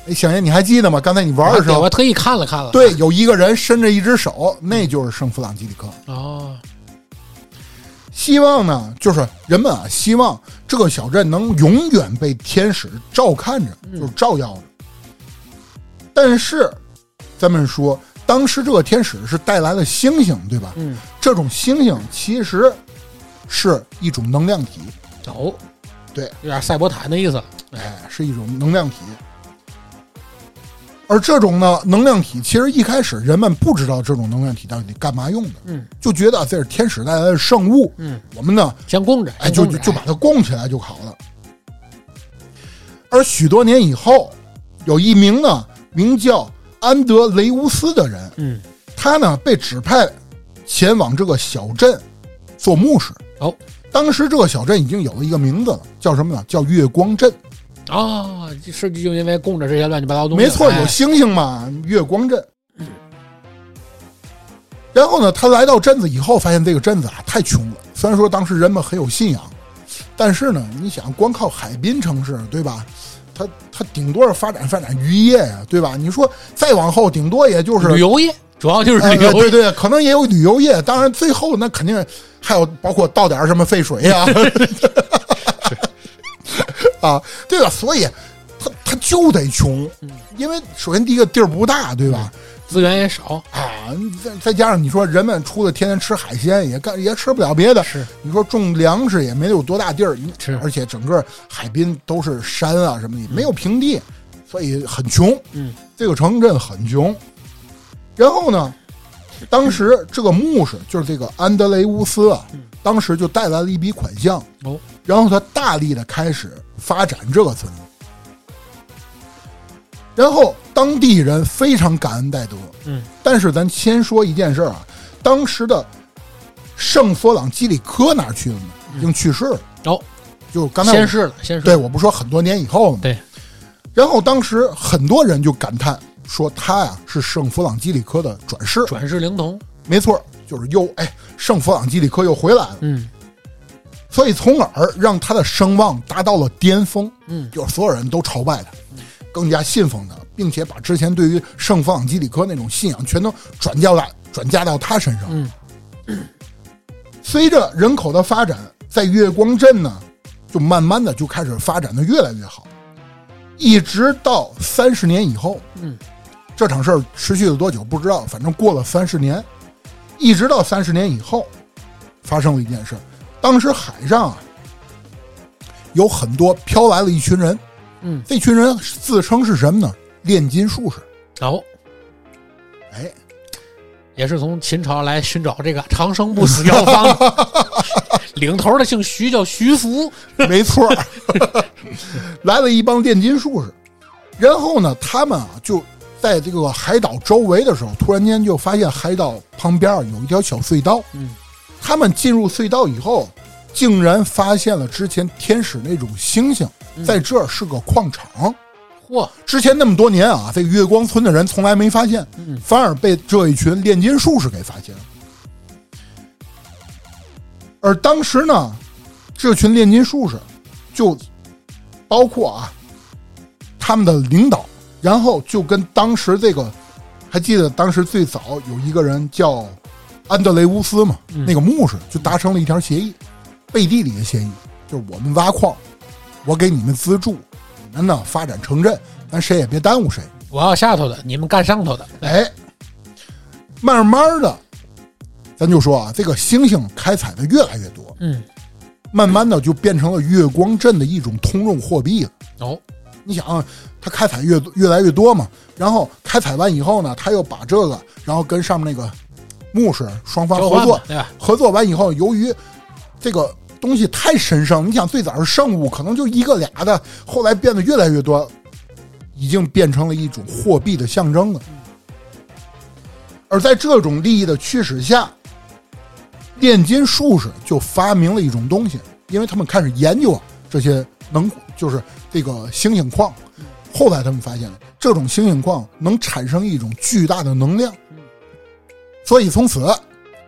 哎，小爷你还记得吗？刚才你玩的时我候，还特意看了看了， 对，有一个人伸着一只手，那就是圣弗朗基里科。哦，希望呢，就是人们啊，希望这个小镇能永远被天使照看着，就是照耀着。但是，咱们说，当时这个天使是带来了星星，对吧？嗯，这种星星其实是一种能量体，走，对，有点赛博坦的意思，哎，哎，是一种能量体。而这种呢，能量体其实一开始人们不知道这种能量体到底干嘛用的，嗯，就觉得啊这是天使带来的圣物，嗯，我们呢先供着，哎，先就供就着就把它供起来就好了。而许多年以后，有一名呢名叫安德雷乌斯的人，嗯，他呢被指派前往这个小镇做牧师。哦，当时这个小镇已经有了一个名字了，叫什么呢？叫月光镇。啊，是就因为供着这些乱七八糟的东西，没错，哎有星星嘛，月光镇。然后呢，他来到镇子以后，发现这个镇子啊太穷了。虽然说当时人们很有信仰，但是呢，你想光靠海滨城市，对吧？他他顶多是发展发展渔业呀，对吧？你说再往后，顶多也就是旅游业，主要就是哎旅游对业，对，可能也有旅游业。当然，最后那肯定还有包括倒点儿什么废水呀、 啊，对吧？所以他他就得穷，因为首先第一个地儿不大，对吧？资源也少，啊，啊，再再加上你说人们出来天天吃海鲜，也干也吃不了别的，是你说种粮食也没有多大地儿，你是而且整个海滨都是山啊什么的，没有平地，所以很穷。嗯，这个城镇很穷。然后呢，当时这个牧师就是这个安德雷乌斯啊，嗯当时就带来了一笔款项，哦，然后他大力的开始发展这个村落。然后当地人非常感恩戴德，嗯，但是咱先说一件事儿啊，当时的圣弗朗基里科哪儿去了呢？已经去世了，哦，就刚才啊我嗯先是了，先是对，我不说很多年以后了吗？对。然后当时很多人就感叹说他呀是圣弗朗基里科的转世，转世灵童，没错，就是又哎圣弗朗基里科又回来了，嗯所以从而让他的声望达到了巅峰，嗯，就是所有人都朝拜他，更加信奉他，并且把之前对于圣弗朗基里科那种信仰全都转嫁到转嫁到他身上。嗯随着人口的发展，在月光镇呢，就慢慢的就开始发展的越来越好，一直到三十年以后，嗯，这场事儿持续了多久不知道，反正过了三十年，一直到三十年以后，发生了一件事儿，当时海上啊，有很多飘来了一群人，嗯，这群人自称是什么呢？炼金术士，哦，哎，也是从秦朝来寻找这个长生不死药 方的，领头的姓徐，叫徐福，没错 儿， 来了一帮炼金术士，然后呢，他们啊就在这个海岛周围的时候，突然间就发现海岛旁边有一条小隧道。嗯，他们进入隧道以后，竟然发现了之前天使那种星星，嗯在这儿是个矿场。嚯，之前那么多年啊，这个月光村的人从来没发现，嗯反而被这一群炼金术士给发现了。而当时呢，这群炼金术士就包括啊他们的领导，然后就跟当时这个，还记得当时最早有一个人叫安德雷乌斯嘛，那个牧师就达成了一条协议，背地里的协议，就是我们挖矿，我给你们资助，你们呢发展城镇，咱谁也别耽误谁。我要下头的，你们干上头的，哎，慢慢的，咱就说啊，这个星星开采的越来越多，嗯，慢慢的就变成了月光镇的一种通用货币了。哦，你想啊，它开采越越来越多嘛，然后开采完以后呢，他又把这个，然后跟上面那个牧师双方交合换作嘛，，对吧？合作完以后，由于这个东西太神圣，你想最早是圣物，可能就一个俩的，后来变得越来越多，已经变成了一种货币的象征了。而在这种利益的驱使下，炼金术士就发明了一种东西，因为他们开始研究啊这些能就是这个星星矿，后来他们发现了这种星星矿能产生一种巨大的能量，所以从此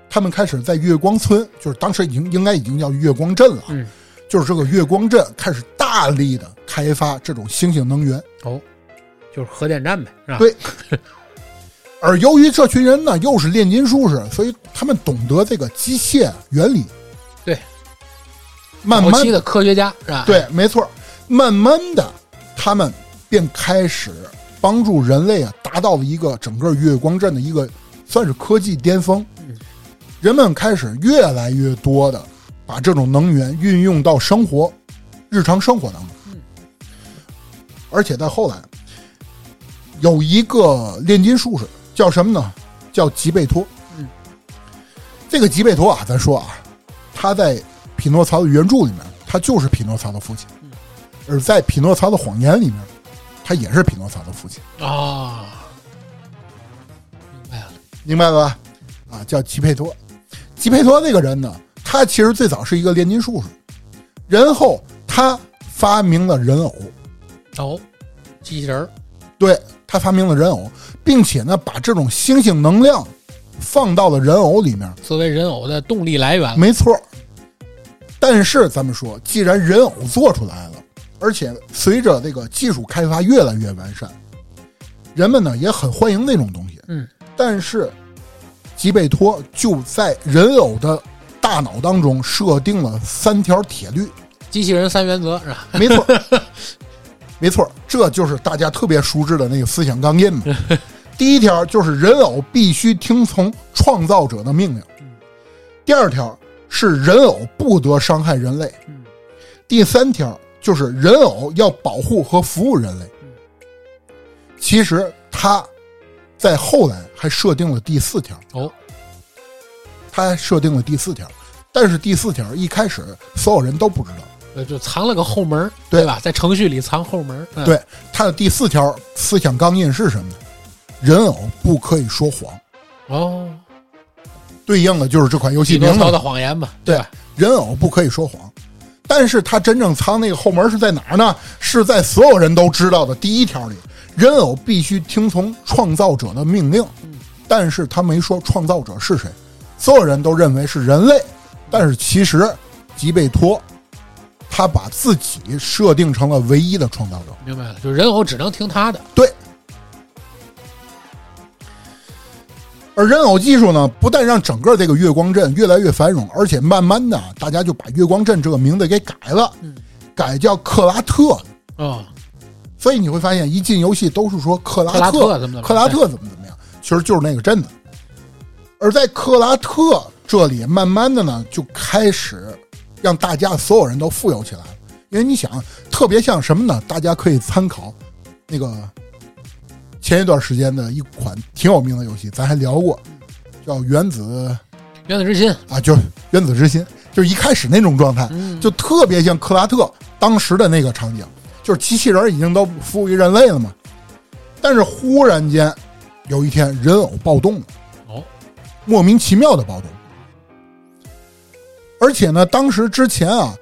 他们开始在月光村，就是当时已经应该已经叫月光镇了，啊嗯，就是这个月光镇开始大力的开发这种新型能源。哦，就是核电站呗，是吧？对而由于这群人呢又是炼金术士，所以他们懂得这个机械原理。对，慢早慢期的科学家是吧？，对，没错，慢慢的他们便开始帮助人类啊达到了一个整个月光镇的一个算是科技巅峰嗯。人们开始越来越多的把这种能源运用到生活、日常生活当中嗯，而且在后来有一个炼金术士叫什么呢？叫吉贝托。嗯，这个吉贝托啊，咱说啊，他在《匹诺曹》的原著里面，他就是匹诺曹的父亲；而在《匹诺曹的谎言》里面，他也是匹诺曹的父亲，啊，明白了，明白了吧？啊，叫吉佩托。吉佩托这个人呢，他其实最早是一个炼金术士，然后他发明了人偶，哦，机器人儿，对他发明了人偶，并且呢，把这种星星能量放到了人偶里面，作为人偶的动力来源了，没错儿。但是咱们说，既然人偶做出来了，而且随着这个技术开发越来越完善，人们呢也很欢迎那种东西。嗯，但是吉贝托就在人偶的大脑当中设定了三条铁律，机器人三原则是吧？ 没错 儿，没错儿，这就是大家特别熟知的那个思想钢印嘛。第一条就是人偶必须听从创造者的命令嗯，第二条是人偶不得伤害人类嗯，第三条就是人偶要保护和服务人类嗯。其实他在后来还设定了第四条，哦，他还设定了第四条，但是第四条一开始所有人都不知道。呃，就藏了个后门儿，对对吧？在程序里藏后门儿，嗯对，他的第四条思想钢印是什么呢？人偶不可以说谎，哦，对应的就是这款游戏匹诺名曹字。的谎言嘛，对吧？人偶不可以说谎，但是他真正藏那个后门是在哪儿呢？是在所有人都知道的第一条里，人偶必须听从创造者的命令。但是他没说创造者是谁，所有人都认为是人类，但是其实吉贝托他把自己设定成了唯一的创造者。明白了，就人偶只能听他的，对。而人偶技术呢，不但让整个这个月光镇越来越繁荣，而且慢慢的，大家就把月光镇这个名字给改了，嗯改叫克拉特。哦，所以你会发现，一进游戏都是说克拉克拉特特，怎么怎么样，克拉特怎么怎么样，其实就是那个镇子。而在克拉特这里，慢慢的呢，就开始让大家所有人都富有起来了。因为你想，特别像什么呢？大家可以参考那个前一段时间的一款挺有名的游戏，咱还聊过，叫《原子对原子之心，》啊，就是《原子之心》，就是一开始那种状态，嗯，就特别像克拉特当时的那个场景，就是机器人已经都服务于人类了嘛。但是忽然间，有一天人偶暴动了，哦，莫名其妙的暴动。而且呢，当时之前啊，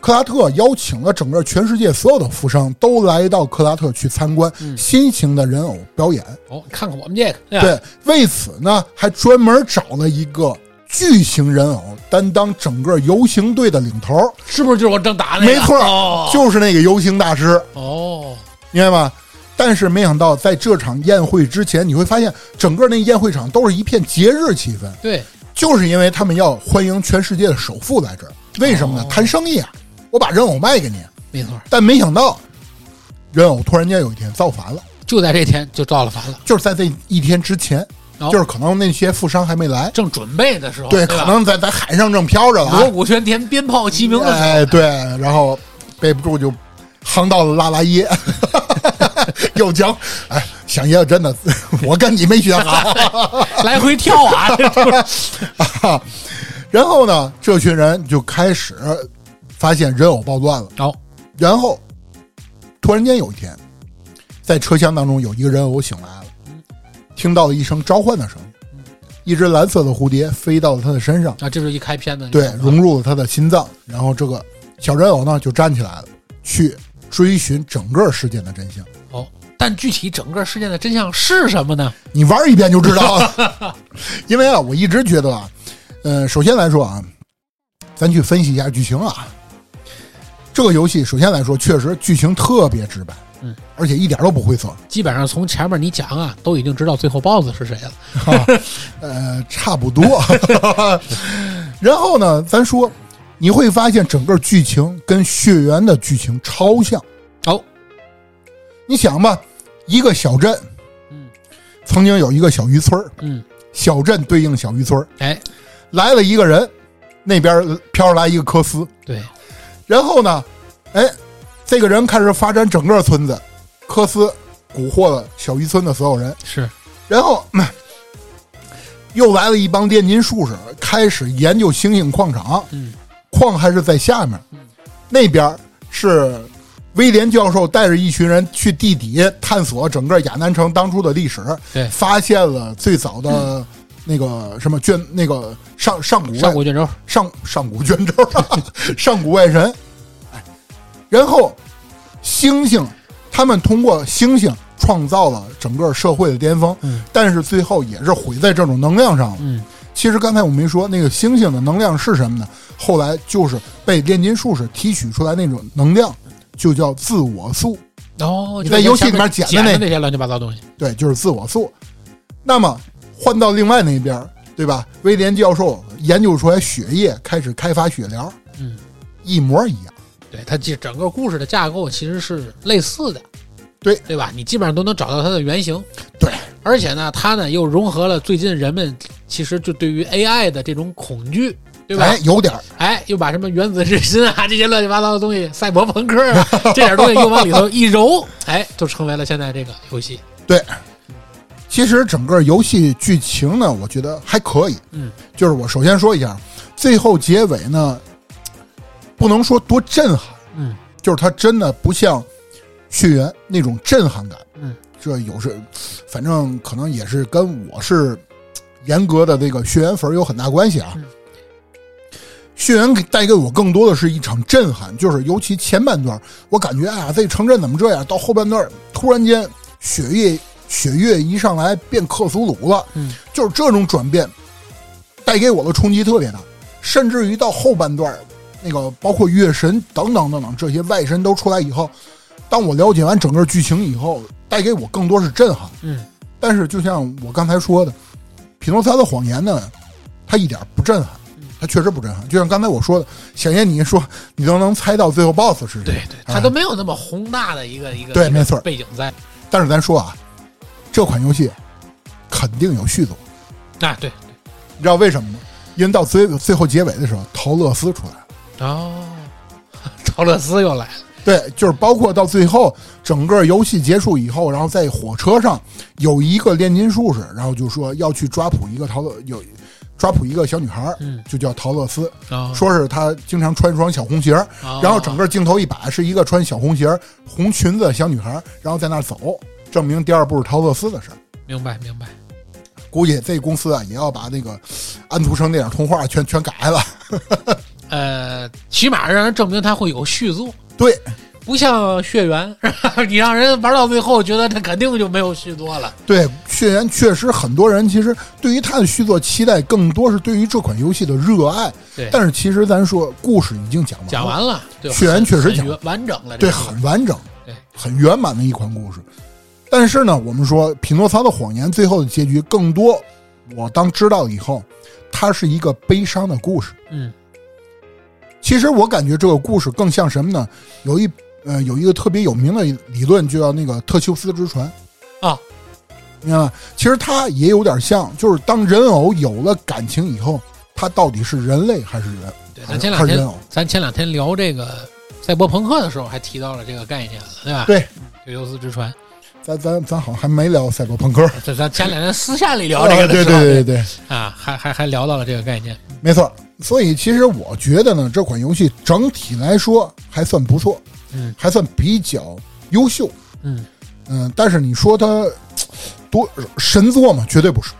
克拉特邀请了整个全世界所有的富商都来到克拉特去参观嗯新型的人偶表演。哦，看看我们这个， 对吧，对，为此呢，还专门找了一个巨型人偶担当整个游行队的领头。是不是就是我正打那个？没错哦就是那个游行大师，哦，明白吗？但是没想到，在这场宴会之前，你会发现整个那宴会场都是一片节日气氛，对，就是因为他们要欢迎全世界的首富来这儿。为什么呢哦？谈生意啊！我把人偶卖给你，没错，但没想到，人偶突然间有一天造反了，就在这天就造了反了，就是在这一天之前，哦就是可能那些富商还没来，正准备的时候，对，哦吧啊可能在在海上正飘着了啊，锣鼓喧天，鞭炮齐鸣的时候，哎，对，然后备不住就航到了拉拉 耶，又讲，哎，想爷真的，我跟你没学好。 哎来回跳啊，这就是然后呢，这群人就开始发现人偶暴乱了。哦，然后突然间有一天，在车厢当中有一个人偶醒来了，嗯听到了一声召唤的声音，一只蓝色的蝴蝶飞到了他的身上。啊，这就是一开篇的，对，融入了他的心脏。然后这个小人偶呢就站起来了，去追寻整个事件的真相。哦，但具体整个事件的真相是什么呢？你玩一遍就知道了。因为啊，我一直觉得啊，呃，首先来说啊，咱去分析一下剧情啊。这个游戏首先来说，确实剧情特别直白，嗯，而且一点都不晦涩，基本上从前面你讲啊，都已经知道最后 BOSS 是谁了。呃，差不多。然后呢，咱说你会发现整个剧情跟《血缘》的剧情超像。哦，你想吧，一个小镇，嗯，曾经有一个小渔村儿嗯，小镇对应小渔村儿哎，来了一个人，那边儿飘来一个科斯，对，然后呢，哎，这个人开始发展整个村子，科斯蛊惑了小渔村的所有人，是，然后、嗯又来了一帮炼金术士，开始研究星星矿场，嗯，矿还是在下面，那边儿是威廉教授带着一群人去地底探索整个亚南城当初的历史，对嗯发现了最早的那个什么卷，那个上上古上外古卷轴，上上古卷轴，上古外神，哎，然后星星，他们通过星星创造了整个社会的巅峰，嗯但是最后也是毁在这种能量上了。嗯，其实刚才我没说那个星星的能量是什么呢？后来就是被炼金术士提取出来那种能量，就叫自我素。哦，你在游戏里面捡的捡那些乱七八糟东西，对，就是自我素。那么换到另外那边儿，对吧？威廉教授研究出来血液，开始开发血疗，嗯，一模一样。对，它这整个故事的架构其实是类似的，对对吧？你基本上都能找到它的原型，对，而且呢，它呢又融合了最近人们其实就对于 AI 的这种恐惧，对吧？哎，有点儿哎，又把什么原子之心啊这些乱七八糟的东西，赛博朋克啊这点东西又往里头一揉，哎，就成为了现在这个游戏。对。其实整个游戏剧情呢，我觉得还可以。嗯，就是我首先说一下，最后结尾呢，不能说多震撼，嗯，就是它真的不像《血缘》那种震撼感。嗯，这有时反正可能也是跟我是严格的这个血缘粉儿有很大关系啊。嗯血缘给带给我更多的是一场震撼，就是尤其前半段，我感觉哎呀，这城镇怎么这样？到后半段突然间血液血液一上来变克苏鲁了，嗯，就是这种转变带给我的冲击特别大，甚至于到后半段儿那个包括月神等等等等这些外神都出来以后，当我了解完整个剧情以后，带给我更多是震撼。嗯，但是就像我刚才说的，《匹诺曹的谎言》呢，它一点儿不震撼，它确实不震撼。就像刚才我说的，显然你说你都能猜到最后 BOSS 是谁，对对，它哎都没有那么宏大的一个一个对一个没错背景在但是咱说啊，这款游戏肯定有续作，啊，对你知道为什么吗？因为到最最后结尾的时候，陶乐斯出来了。哦， 陶乐斯又来了，对，就是包括到最后整个游戏结束以后，然后在火车上有一个炼金术士，然后就说要去抓捕一个陶乐，有抓捕一个小女孩儿，嗯就叫陶乐斯，哦，说是她经常穿一双小红鞋儿，哦然后整个镜头一摆是一个穿小红鞋儿、红裙子的小女孩儿，然后在那儿走，证明第二部是陶乐斯的事儿。明白明白，估计这公司啊，也要把那个安徒生那点儿童话全全改 了。呃，起码让人证明它会有续作。对，不像血缘，你让人玩到最后，觉得它肯定就没有续作了。对，《血缘》确实很多人其实对于它的续作期待更多是对于这款游戏的热爱。对但是其实咱说故事已经讲完了，讲完了，对吧？血缘确实很讲完完整了，对，这个很完整，对很圆满的一款故事。但是呢，我们说《匹诺曹的谎言》最后的结局更多，我当知道以后，它是一个悲伤的故事。嗯其实我感觉这个故事更像什么呢？有一呃，有一个特别有名的理论，就叫那个特修斯之船啊。你看吧，啊其实它也有点像，就是当人偶有了感情以后，它到底是人类还是人？对，还咱是前两还是人天偶咱前两天聊这个赛博朋克的时候，还提到了这个概念了，对吧？对，对尤斯之船，咱咱咱好像还没聊赛博朋克。咱咱前两天私下里聊这个的哦对对时候，对对对，啊，还还还聊到了这个概念。没错。所以其实我觉得呢，这款游戏整体来说还算不错，嗯还算比较优秀。嗯，嗯，但是你说它嘖多神作嘛，绝对不是。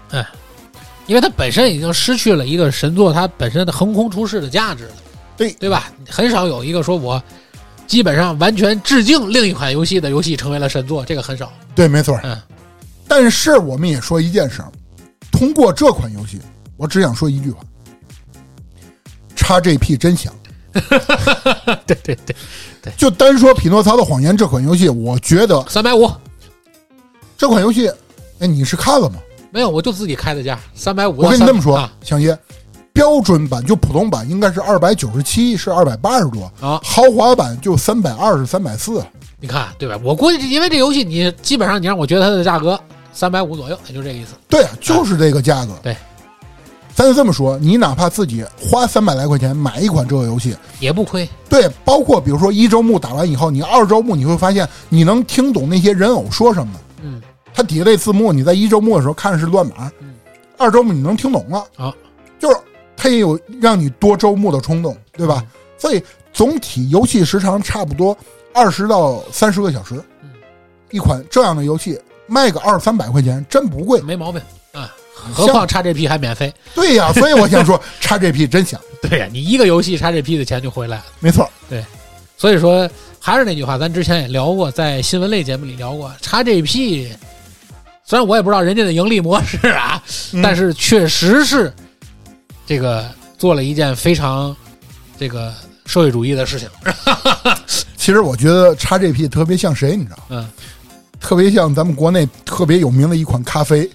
因为它本身已经失去了一个神作它本身的横空出世的价值了，对对吧？很少有一个说我基本上完全致敬另一款游戏的游戏成为了神作，这个 很少。对，没错。嗯但是我们也说一件事儿，通过这款游戏，我只想说一句话：XGP 真香。对对对，就单说《匹诺曹的谎言》这款游戏，我觉得三百五这款游戏，哎，你是看了吗？没有，我就自己开的价，三百五。我跟你这么说啊，，香爷，标准版就普通版应该是二百九十七，是二百八十多啊豪华版就三百二十、三百四。你看对吧？我估计因为这游戏你基本上你让我觉得它的价格三百五左右，也就这个意思。对啊，就是这个价格。对，咱就这么说，你哪怕自己花三百来块钱买一款这个游戏，也不亏。对，包括比如说一周目打完以后，你二周目你会发现你能听懂那些人偶说什么。嗯，它底下这字幕你在一周目的时候看是乱码，嗯啊二周目你能听懂了。好，就是它也有让你多周目的冲动，对嗯吧？所以总体游戏时长差不多二十到三十个小时嗯，一款这样的游戏卖个二三百块钱真不贵。没毛病啊。何况 XGP 还免费。对呀、所以我想说 ，XGP 真香，对呀、你一个游戏 XGP 的钱就回来了。没错。所以说，还是那句话，咱之前也聊过，在新闻类节目里聊过，XGP，虽然我也不知道人家的盈利模式啊，嗯但是确实是这个做了一件非常这个社会主义的事情。其实我觉得 XGP 特别像谁，你知道吗？嗯，特别像咱们国内特别有名的一款咖啡，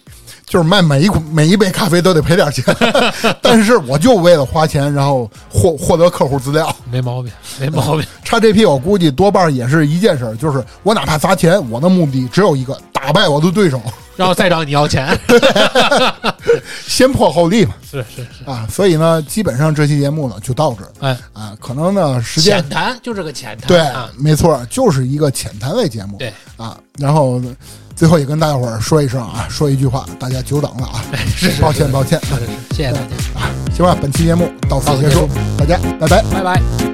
就是卖每一款每一杯咖啡都得赔点钱， 但是我就为了花钱，然后获获得客户资料。没毛病，没毛病。 XGP 我估计多半也是一件事儿，就是我哪怕砸钱，我的目的只有一个，打败我的对手。 然后再找你要钱。先破后立嘛 是是是，啊，所以呢，基本上这期节目呢就到这儿哎，啊，可能呢时间浅谈就这个浅谈。对啊，，没错，就是一个浅谈类节目，对啊，然后呢最后也跟大家伙儿说一声啊，说一句话，大家久等了啊， 是是抱歉抱歉是是，谢谢大家，啊，行吧，本期节目到此到此结结束，大家拜拜。拜拜。